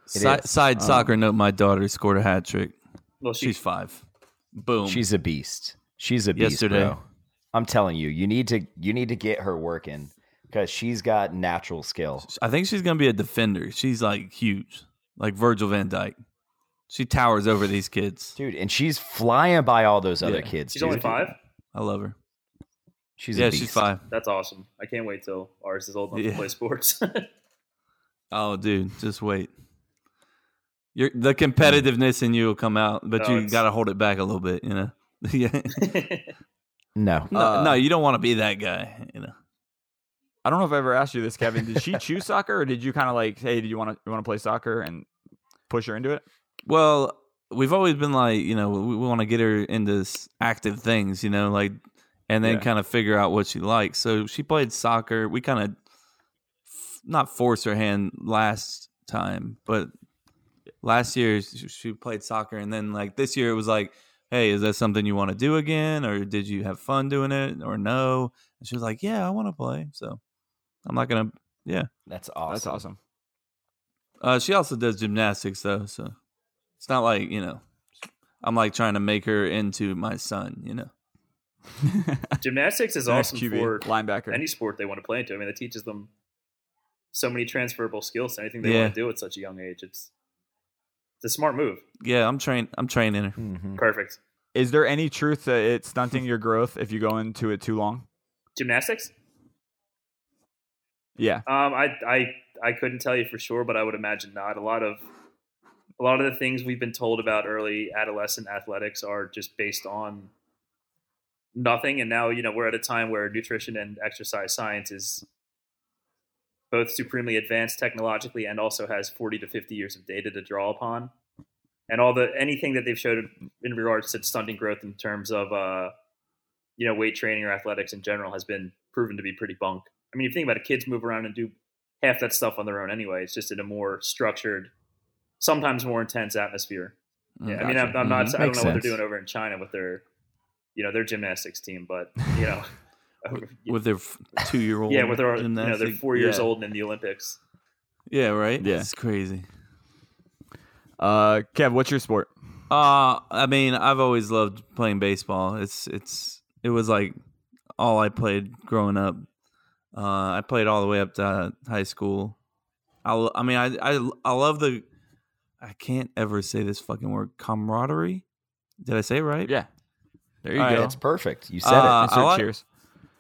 Si-
is. Um,
side soccer note: My daughter scored a hat trick.
Well, she,
She's five. Boom.
She's a beast. She's a beast,
Yesterday.
bro. I'm telling you, you need to you need to get her working because she's got natural skill.
I think she's gonna be a defender. She's like huge, like Virgil Van Dyke. She towers over these kids.
Dude, and she's flying by all those other
Yeah.
kids.
she's
dude.
only five.
I love her.
She's
yeah,
a beast.
she's five.
That's awesome. I can't wait till ours is old enough
Yeah.
to play sports.
Oh, dude, just wait. Your the competitiveness in you will come out, but
No,
you
it's-
got to hold it back a little bit. You know.
Uh,
yeah.
No,
No,
Uh,
no, you don't want to be that guy. You know.
I don't know if I ever asked you this, Kevin. Did she choose soccer, or did you kind of like, hey, do you want to you want to play soccer and push her into it?
Well, we've always been like, you know, we, we want to get her into s- active things, you know, like, and then
Yeah.
kind of figure out what she likes. So she played soccer. We kind of f- not force her hand last time, but last year she, she played soccer, and then like this year it was like, hey, is that something you want to do again, or did you have fun doing it, or no? And she was like, yeah, I want to play. So I'm not gonna.
that's awesome.
That's awesome.
Uh, she also does gymnastics though, so it's not like you know, I'm like trying to make her into my son. You know,
Gymnastics is
Next
awesome
QB,
for
linebacker.
any sport they want to play into. I mean, it teaches them so many transferable skills to anything they
Yeah.
want to do at such a young age. It's it's a smart move.
yeah, I'm train, I'm training her.
Mm-hmm.
Mhm.
Perfect.
Is there any truth to it stunting your growth if you go into it too long?
Gymnastics.
Yeah,
Um, I, I, I couldn't tell you for sure, but I would imagine not. A lot of, a lot of the things we've been told about early adolescent athletics are just based on nothing. And now, you know, we're at a time where nutrition and exercise science is both supremely advanced technologically and also has 40 to 50 years of data to draw upon. and all the anything that they've showed in regards to stunting growth in terms of uh, you know weight training or athletics in general has been proven to be pretty bunk. I mean, if you think about it, kids move around and do half that stuff on their own anyway. It's just in a more structured, sometimes more intense atmosphere.
Mm,
Yeah, I mean, I'm, I'm not.
Mhm.
I don't know
Makes
what they're
sense.
doing over in China with their, you know, their gymnastics team, but you know,
Mm-hmm. with their f- two year old.
yeah, with their, you know, they're four years old and in the Olympics.
Yeah, right.
Yeah.
it's crazy.
Uh, Kev, what's your sport?
Uh, I mean, I've always loved playing baseball. It's it's it was like all I played growing up. Uh, I played all the way up to high school. I, l- I mean, I, I I love the. I can't ever say this fucking word camaraderie. Did I say it right?
Yeah. There you
All right,
go.
it's
It's perfect. You said
Uh,
Insert
I like-
cheers.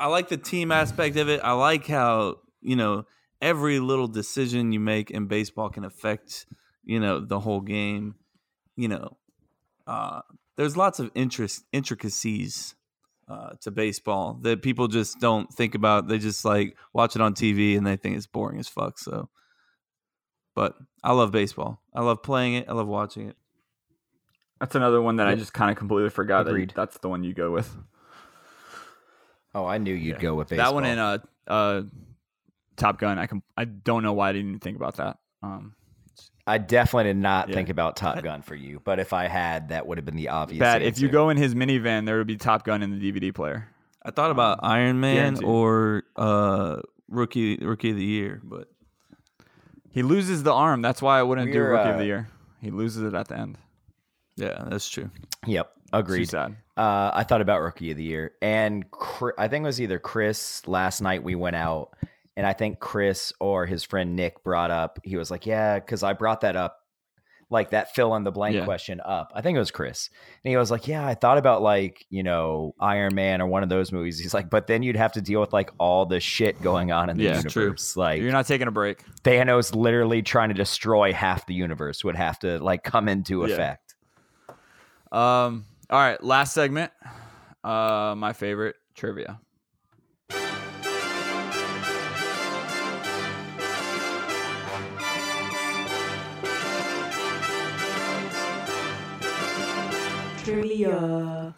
I like the team aspect of it. I like how you know every little decision you make in baseball can affect you know the whole game. You know, uh, there's lots of interest intricacies uh, to baseball that people just don't think about. They just like watch it on TV and they think it's boring as fuck. So, but I love baseball. I love playing it. I love watching it.
That's another one that I just kind of completely forgot. that
Agreed.
that's the one you go with.
it. Oh, I knew you'd go with baseball.
That one in uh, uh, Top Gun. I can. I don't know why I didn't even think about that. Um,
I definitely did not
Yeah.
think about Top Gun for you, but if I had, that would have been the obvious.
that if you
answer.
go in his minivan, there would be Top Gun in the DVD player.
I thought about Iron Man
Guaranteed.
or uh, rookie rookie of the year, but.
He loses the arm. That's why I wouldn't do
We're,
Rookie of
uh,
the Year. He loses it at the end.
Yeah, that's true.
yep,
It's Too
agreed.
sad.
Uh, I thought about Rookie of the Year, and Chri- I think it was either Chris last night we went out, and I think Chris or his friend Nick brought up. He was like, "Yeah," because I brought that up, like that fill in the blank
Yeah.
question up. I think it was Chris, and he was like, "Yeah, I thought about like you know Iron Man or one of those movies." He's like, "But then you'd have to deal with like all the shit going on in the
Yeah,
universe,
true.
like
You're not taking a break.
Thanos literally trying to destroy half the universe would have to like come into
Yeah.
effect."
Um. All right. Last segment. Uh, my favorite trivia.
Trivia.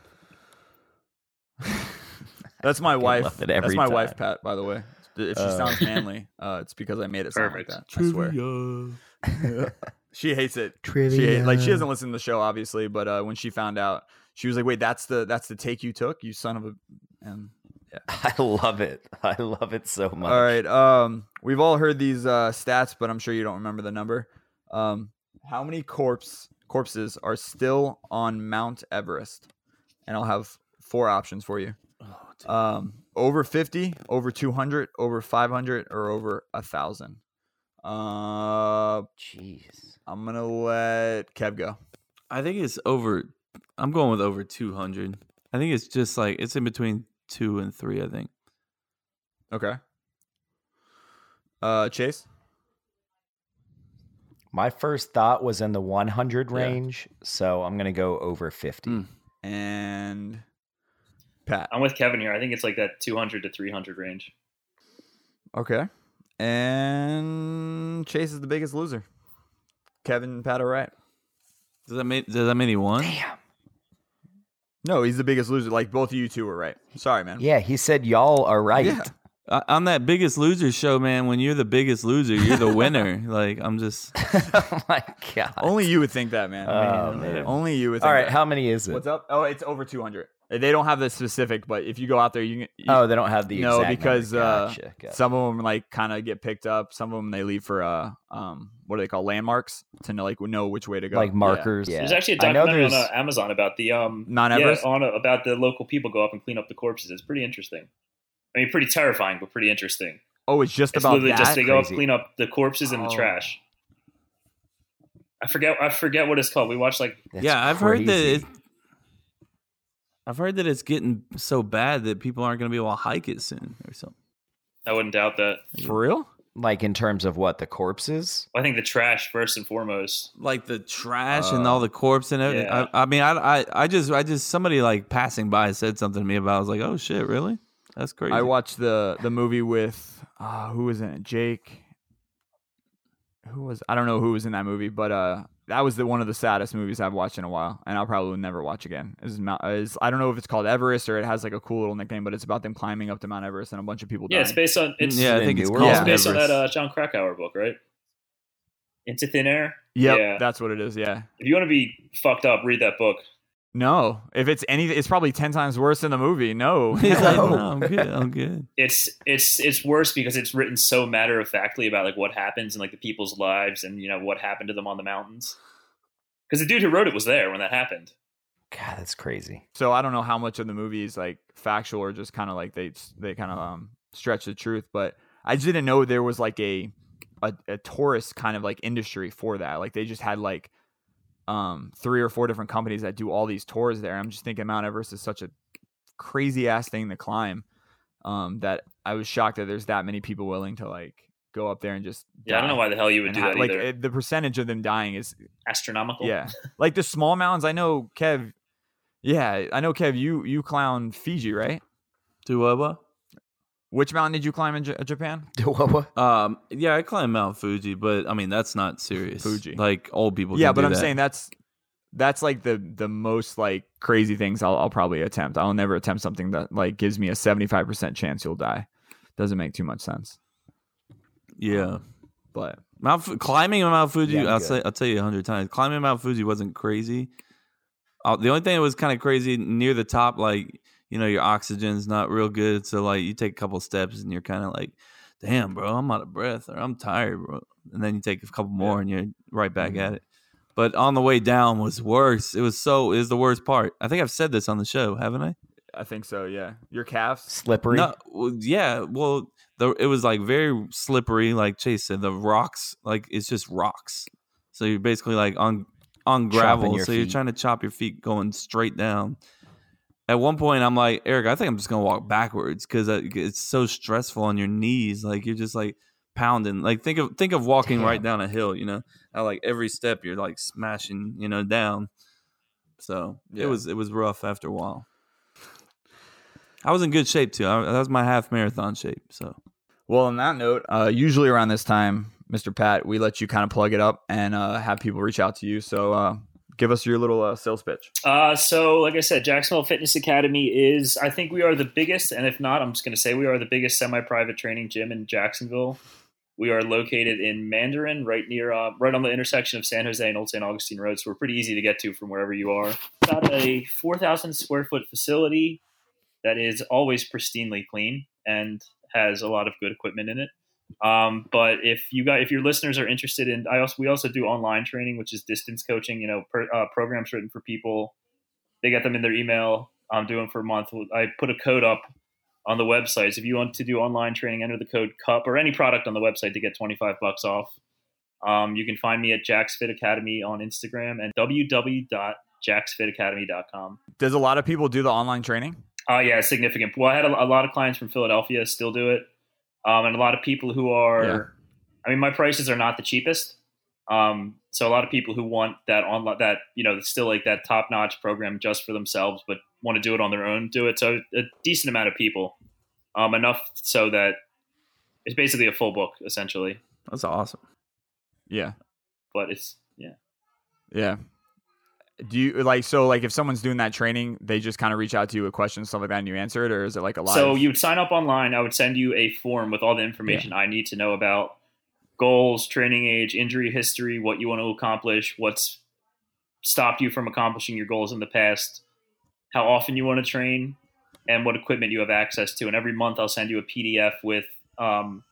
That's my wife.
love it
That's
every
my
time.
wife, Pat. By the way, if she sounds manly, uh, it's because I made it sound like that. I swear. She hates it. She hate, like she doesn't listen to the show, obviously, but uh, when she found out, she was like, "Wait, that's the that's the take you took, you son of a." And
I love it. I love it so much.
all right, um, we've all heard these uh, stats, but I'm sure you don't remember the number. Um, how many corpse corpses are still on Mount Everest? And I'll have four options for you. um, over 50, over 200, over 500, or over a thousand. Uh,
Jeez.
I'm gonna let Kev go.
I think it's over. I'm going with over 200. I think it's just like it's in between two and three. I think
Okay. Uh, Chase.
My first thought was in the 100 range, so I'm going to go over 50.
Mm. and Pat.
I'm with Kevin here. I think it's like that 200 to 300 range.
Oh.
Okay. And Chase is the biggest loser. Kevin and Pat are right.
does that make does that mean he won?
No, he's the biggest loser. Like both of you two were right. Sorry, man.
Yeah, he said y'all are right.
Yeah.
I, on that Biggest Loser show, man, when you're the biggest loser, you're the winner. like I'm just
oh my god.
Only you would think that, man.
Oh, man.
Only you would think
All right,
that.
how many is it?
What's up? Oh, it's over 200. They don't have the specific, but if you go out there, you can. You,
Oh, they don't have the
no,
exact number.
because uh,
Gotcha, gotcha.
some of them like kind of get picked up. Some of them they leave for uh, um, what do they call landmarks to know, like know which way to go,
like
Yeah.
markers.
There's actually a
I know
documentary on uh,
there's-
Amazon about the um
Mount
yeah,
Everest?
on uh, about the local people go up and clean up the corpses. It's pretty interesting. I mean, pretty terrifying, but pretty interesting.
Oh, it's just
It's
about
literally
that.
just they go up,
Crazy.
clean up the corpses and the
Oh.
trash. I forget. I forget what it's called. We watched like
That's
yeah. I've heard that. It,
crazy.
I've heard that it's getting so bad that people aren't going to be able to hike it soon or something.
I wouldn't doubt that.
for real.
like in terms of what the corpses.
I think the trash first and foremost.
like the trash and all the corpse and everything.
yeah.
I, I mean, I, I, I just, I just, somebody like passing by said something to me about. I was like, oh shit, really? That's crazy.
I watched the the movie with uh, who was in it? Jake. Who was I don't know who was in that movie, but uh, that was the one of the saddest movies I've watched in a while, and I'll probably never watch again. Is Mount? Is I don't know if it's called Everest or it has like a cool little nickname, but it's about them climbing up to Mount Everest and a bunch of people.
Yeah, it's
dying.
based on it's
yeah, I
in
think
New
it's
Orleans.
it's
called
based on that
Everest.
uh, John Krakauer book, right? Into Thin Air.
Yep,
Yeah.
that's what it is. Yeah.
If you want to be fucked up, read that book.
No, if it's any, it's probably ten times worse than the movie. No.
He's like, no, I'm good. I'm good.
It's it's it's worse because it's written so matter of factly about like what happens and like the people's lives and you know what happened to them on the mountains. Because the dude who wrote it was there when that happened.
God, that's crazy.
So I don't know how much of the movie is like factual or just kind of like they they kind of um, stretch the truth, but I just didn't know there was like a, a a tourist kind of like industry for that. Like they just had like um three or four different companies that do all these tours there. I'm just thinking Mount Everest is such a crazy ass thing to climb um that I was shocked that there's that many people willing to like go up there and just
Yeah, I don't know
die.
why the hell you
And
would do
ha-
that
like
either.
it- the percentage of them dying is
Astronomical.
yeah, like the small mountains. I know, Kev. Yeah, I know, Kev. You you clown Fiji, right?
Do what, what?
Which mountain did you climb in J- Japan?
Um, yeah, I climbed Mount Fuji, but I mean that's not serious.
Fuji.
like old people.
yeah,
can
but
do
I'm
that.
saying that's that's like the the most like crazy things I'll, I'll probably attempt. I'll never attempt something that like gives me a 75 percent chance you'll die. Doesn't make too much sense.
yeah,
But
Mount Fu- climbing Mount Fuji.
Yeah, I'm
I'll
good.
say I'll tell you a hundred times. Climbing Mount Fuji wasn't crazy. Uh, the only thing that was kind of crazy near the top, like you know, your oxygen's not real good, so like you take a couple steps and you're kind of like, "Damn, bro, I'm out of breath or I'm tired, bro." And then you take a couple more and you're right
Mm-hmm.
back at it. But on the way down was worse. It was so is the worst part. I think I've said this on the show, haven't I?
I think so. Yeah, your calves.
Slippery.
No, well, yeah. Well, the, it was like very slippery, like Chase said. The rocks, like it's just rocks. So you're basically like on on gravel.
your
so you're
feet.
trying to chop your feet going straight down. At one point, I'm like Eric. I think I'm just gonna walk backwards because it's so stressful on your knees. Like you're just like pounding. Like think of think of walking right down a hill. You know, How, like every step you're like smashing. You know, down. So
Yeah.
it was it was rough after a while. I was in good shape too. I, that was my half marathon shape. So
Well, on that note, uh, usually around this time, Mr. Pat, we let you kind of plug it up and uh, have people reach out to you. So uh, give us your little uh, sales pitch.
Uh, so, like I said, Jacksonville Fitness Academy is, I think we are the biggest, and if not, I'm just going to say we are the biggest semi private training gym in Jacksonville. We are located in Mandarin, right near, uh, right on the intersection of San Jose and Old St. Augustine Road. So, we're pretty easy to get to from wherever you are. About a 4,000 square foot facility that is always pristinely clean and has a lot of good equipment in it. Um, but if you got if your listeners are interested in, I also we also do online training, which is distance coaching. You know, per, uh, programs written for people. They get them in their email. I'm doing for a month. I put a code up on the website. So if you want to do online training, enter the code CUP or any product on the website to get 25 bucks off. Um, you can find me at Jack's Fit Academy on Instagram and www.jacksfitacademy.com.
Does a lot of people do the online training?
Oh yeah, significant. Well, I had a, a lot of clients from Philadelphia still do it, um, and a lot of people who are.
Yeah.
I mean, my prices are not the cheapest, um, so a lot of people who want that online that you know it's still like that top notch program just for themselves, but want to do it on their own, do it. So a decent amount of people, um, enough so that it's basically a full book essentially.
that's awesome.
Yeah.
But it's yeah.
Yeah. Do you like so like if someone's doing that training, they just kind of reach out to you with questions, stuff like that, and you answer it, or is it like a live?
So you would sign up online. I would send you a form with all the information I need to know about goals, training age, injury history, what you want to accomplish, what's stopped you from accomplishing your goals in the past, how often you want to train, and what equipment you have access to. And every month I'll send you a PDF with, um,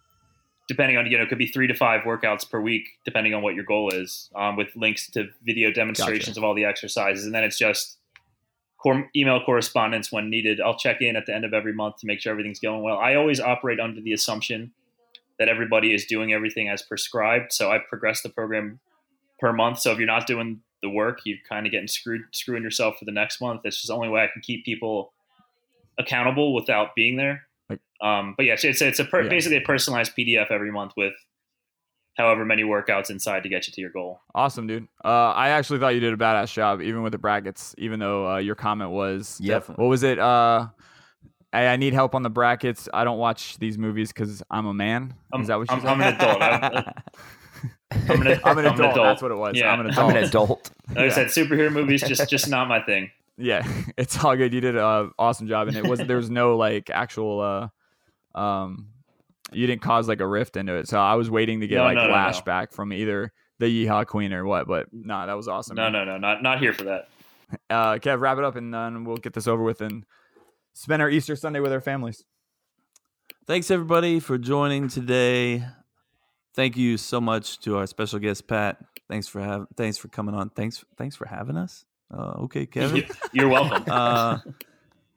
depending on, you know, it could be three to five workouts per week, depending on what your goal is, um, with links to video demonstrations of all the exercises. And then it's just, cor- email correspondence when needed. I'll check in at the end of every month to make sure everything's going well. I always operate under the assumption that everybody is doing everything as prescribed, so I progress the program per month. So if you're not doing the work, you're kind of getting screwed, screwing yourself for the next month. That's just the only way I can keep people accountable without being there.
Like-
Um, but yeah, it's it's a per-
Yeah.
basically a personalized PDF every month with however many workouts inside to get you to your goal.
awesome, dude. Uh, I actually thought you did a badass job, even with the brackets. Even though uh, your comment was,
Yep.
what was it? Uh, I, I need help on the brackets. I don't watch these movies because I'm a man.
I'm,
is that what you
I'm,
said?
I'm an adult. I, I'm an,
I'm an
I'm
adult. That's what it was.
Yeah.
I'm an adult.
I'm an adult.
Like I said, superhero movies just just not my thing.
yeah, it's all good. You did an awesome job, and it was there was no like actual. uh Um, you didn't cause like a rift into it, so I was waiting to get
No,
like
no, no, no.
lash back from either the Yeehaw Queen or what, but nah, that was awesome.
No,
man.
no, no, not not here for that.
Uh, Kev, wrap it up, and then we'll get this over with and spend our Easter Sunday with our families.
Thanks everybody for joining today. Thank you so much to our special guest Pat. Thanks for having. Thanks for coming on. Thanks. Thanks for having us. Uh, okay, Kevin.
You're welcome.
uh,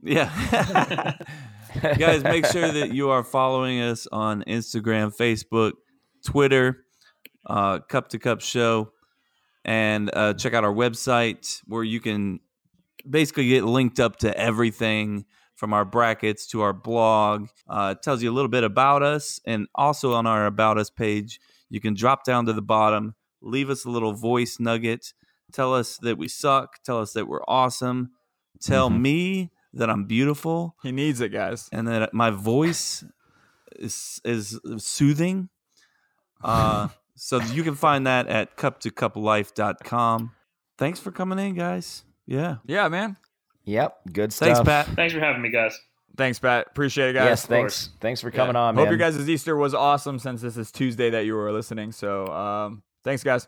yeah. Guys, make sure that you are following us on Instagram, Facebook, Twitter, uh, Cup to Cup Show, and uh, check out our website where you can basically get linked up to everything from our brackets to our blog. Uh, it tells you a little bit about us, and also on our About Us page, you can drop down to the bottom, leave us a little voice nugget, tell us that we suck, tell us that we're awesome, tell me that I'm beautiful
He needs it, guys.
and that my voice is is soothing. Uh, so you can find that at cup2cuplife.com. Thanks for coming in, guys. Yeah.
Yeah, man.
Yep. Good stuff.
Thanks, Pat.
Thanks for having me, guys.
Thanks, Pat. Appreciate it, guys.
Yes.
Of
Thanks.
course.
Thanks for
Yeah.
coming on, man.
Hope your guys' Easter was awesome since this is Tuesday that you were listening. So, um, thanks, guys.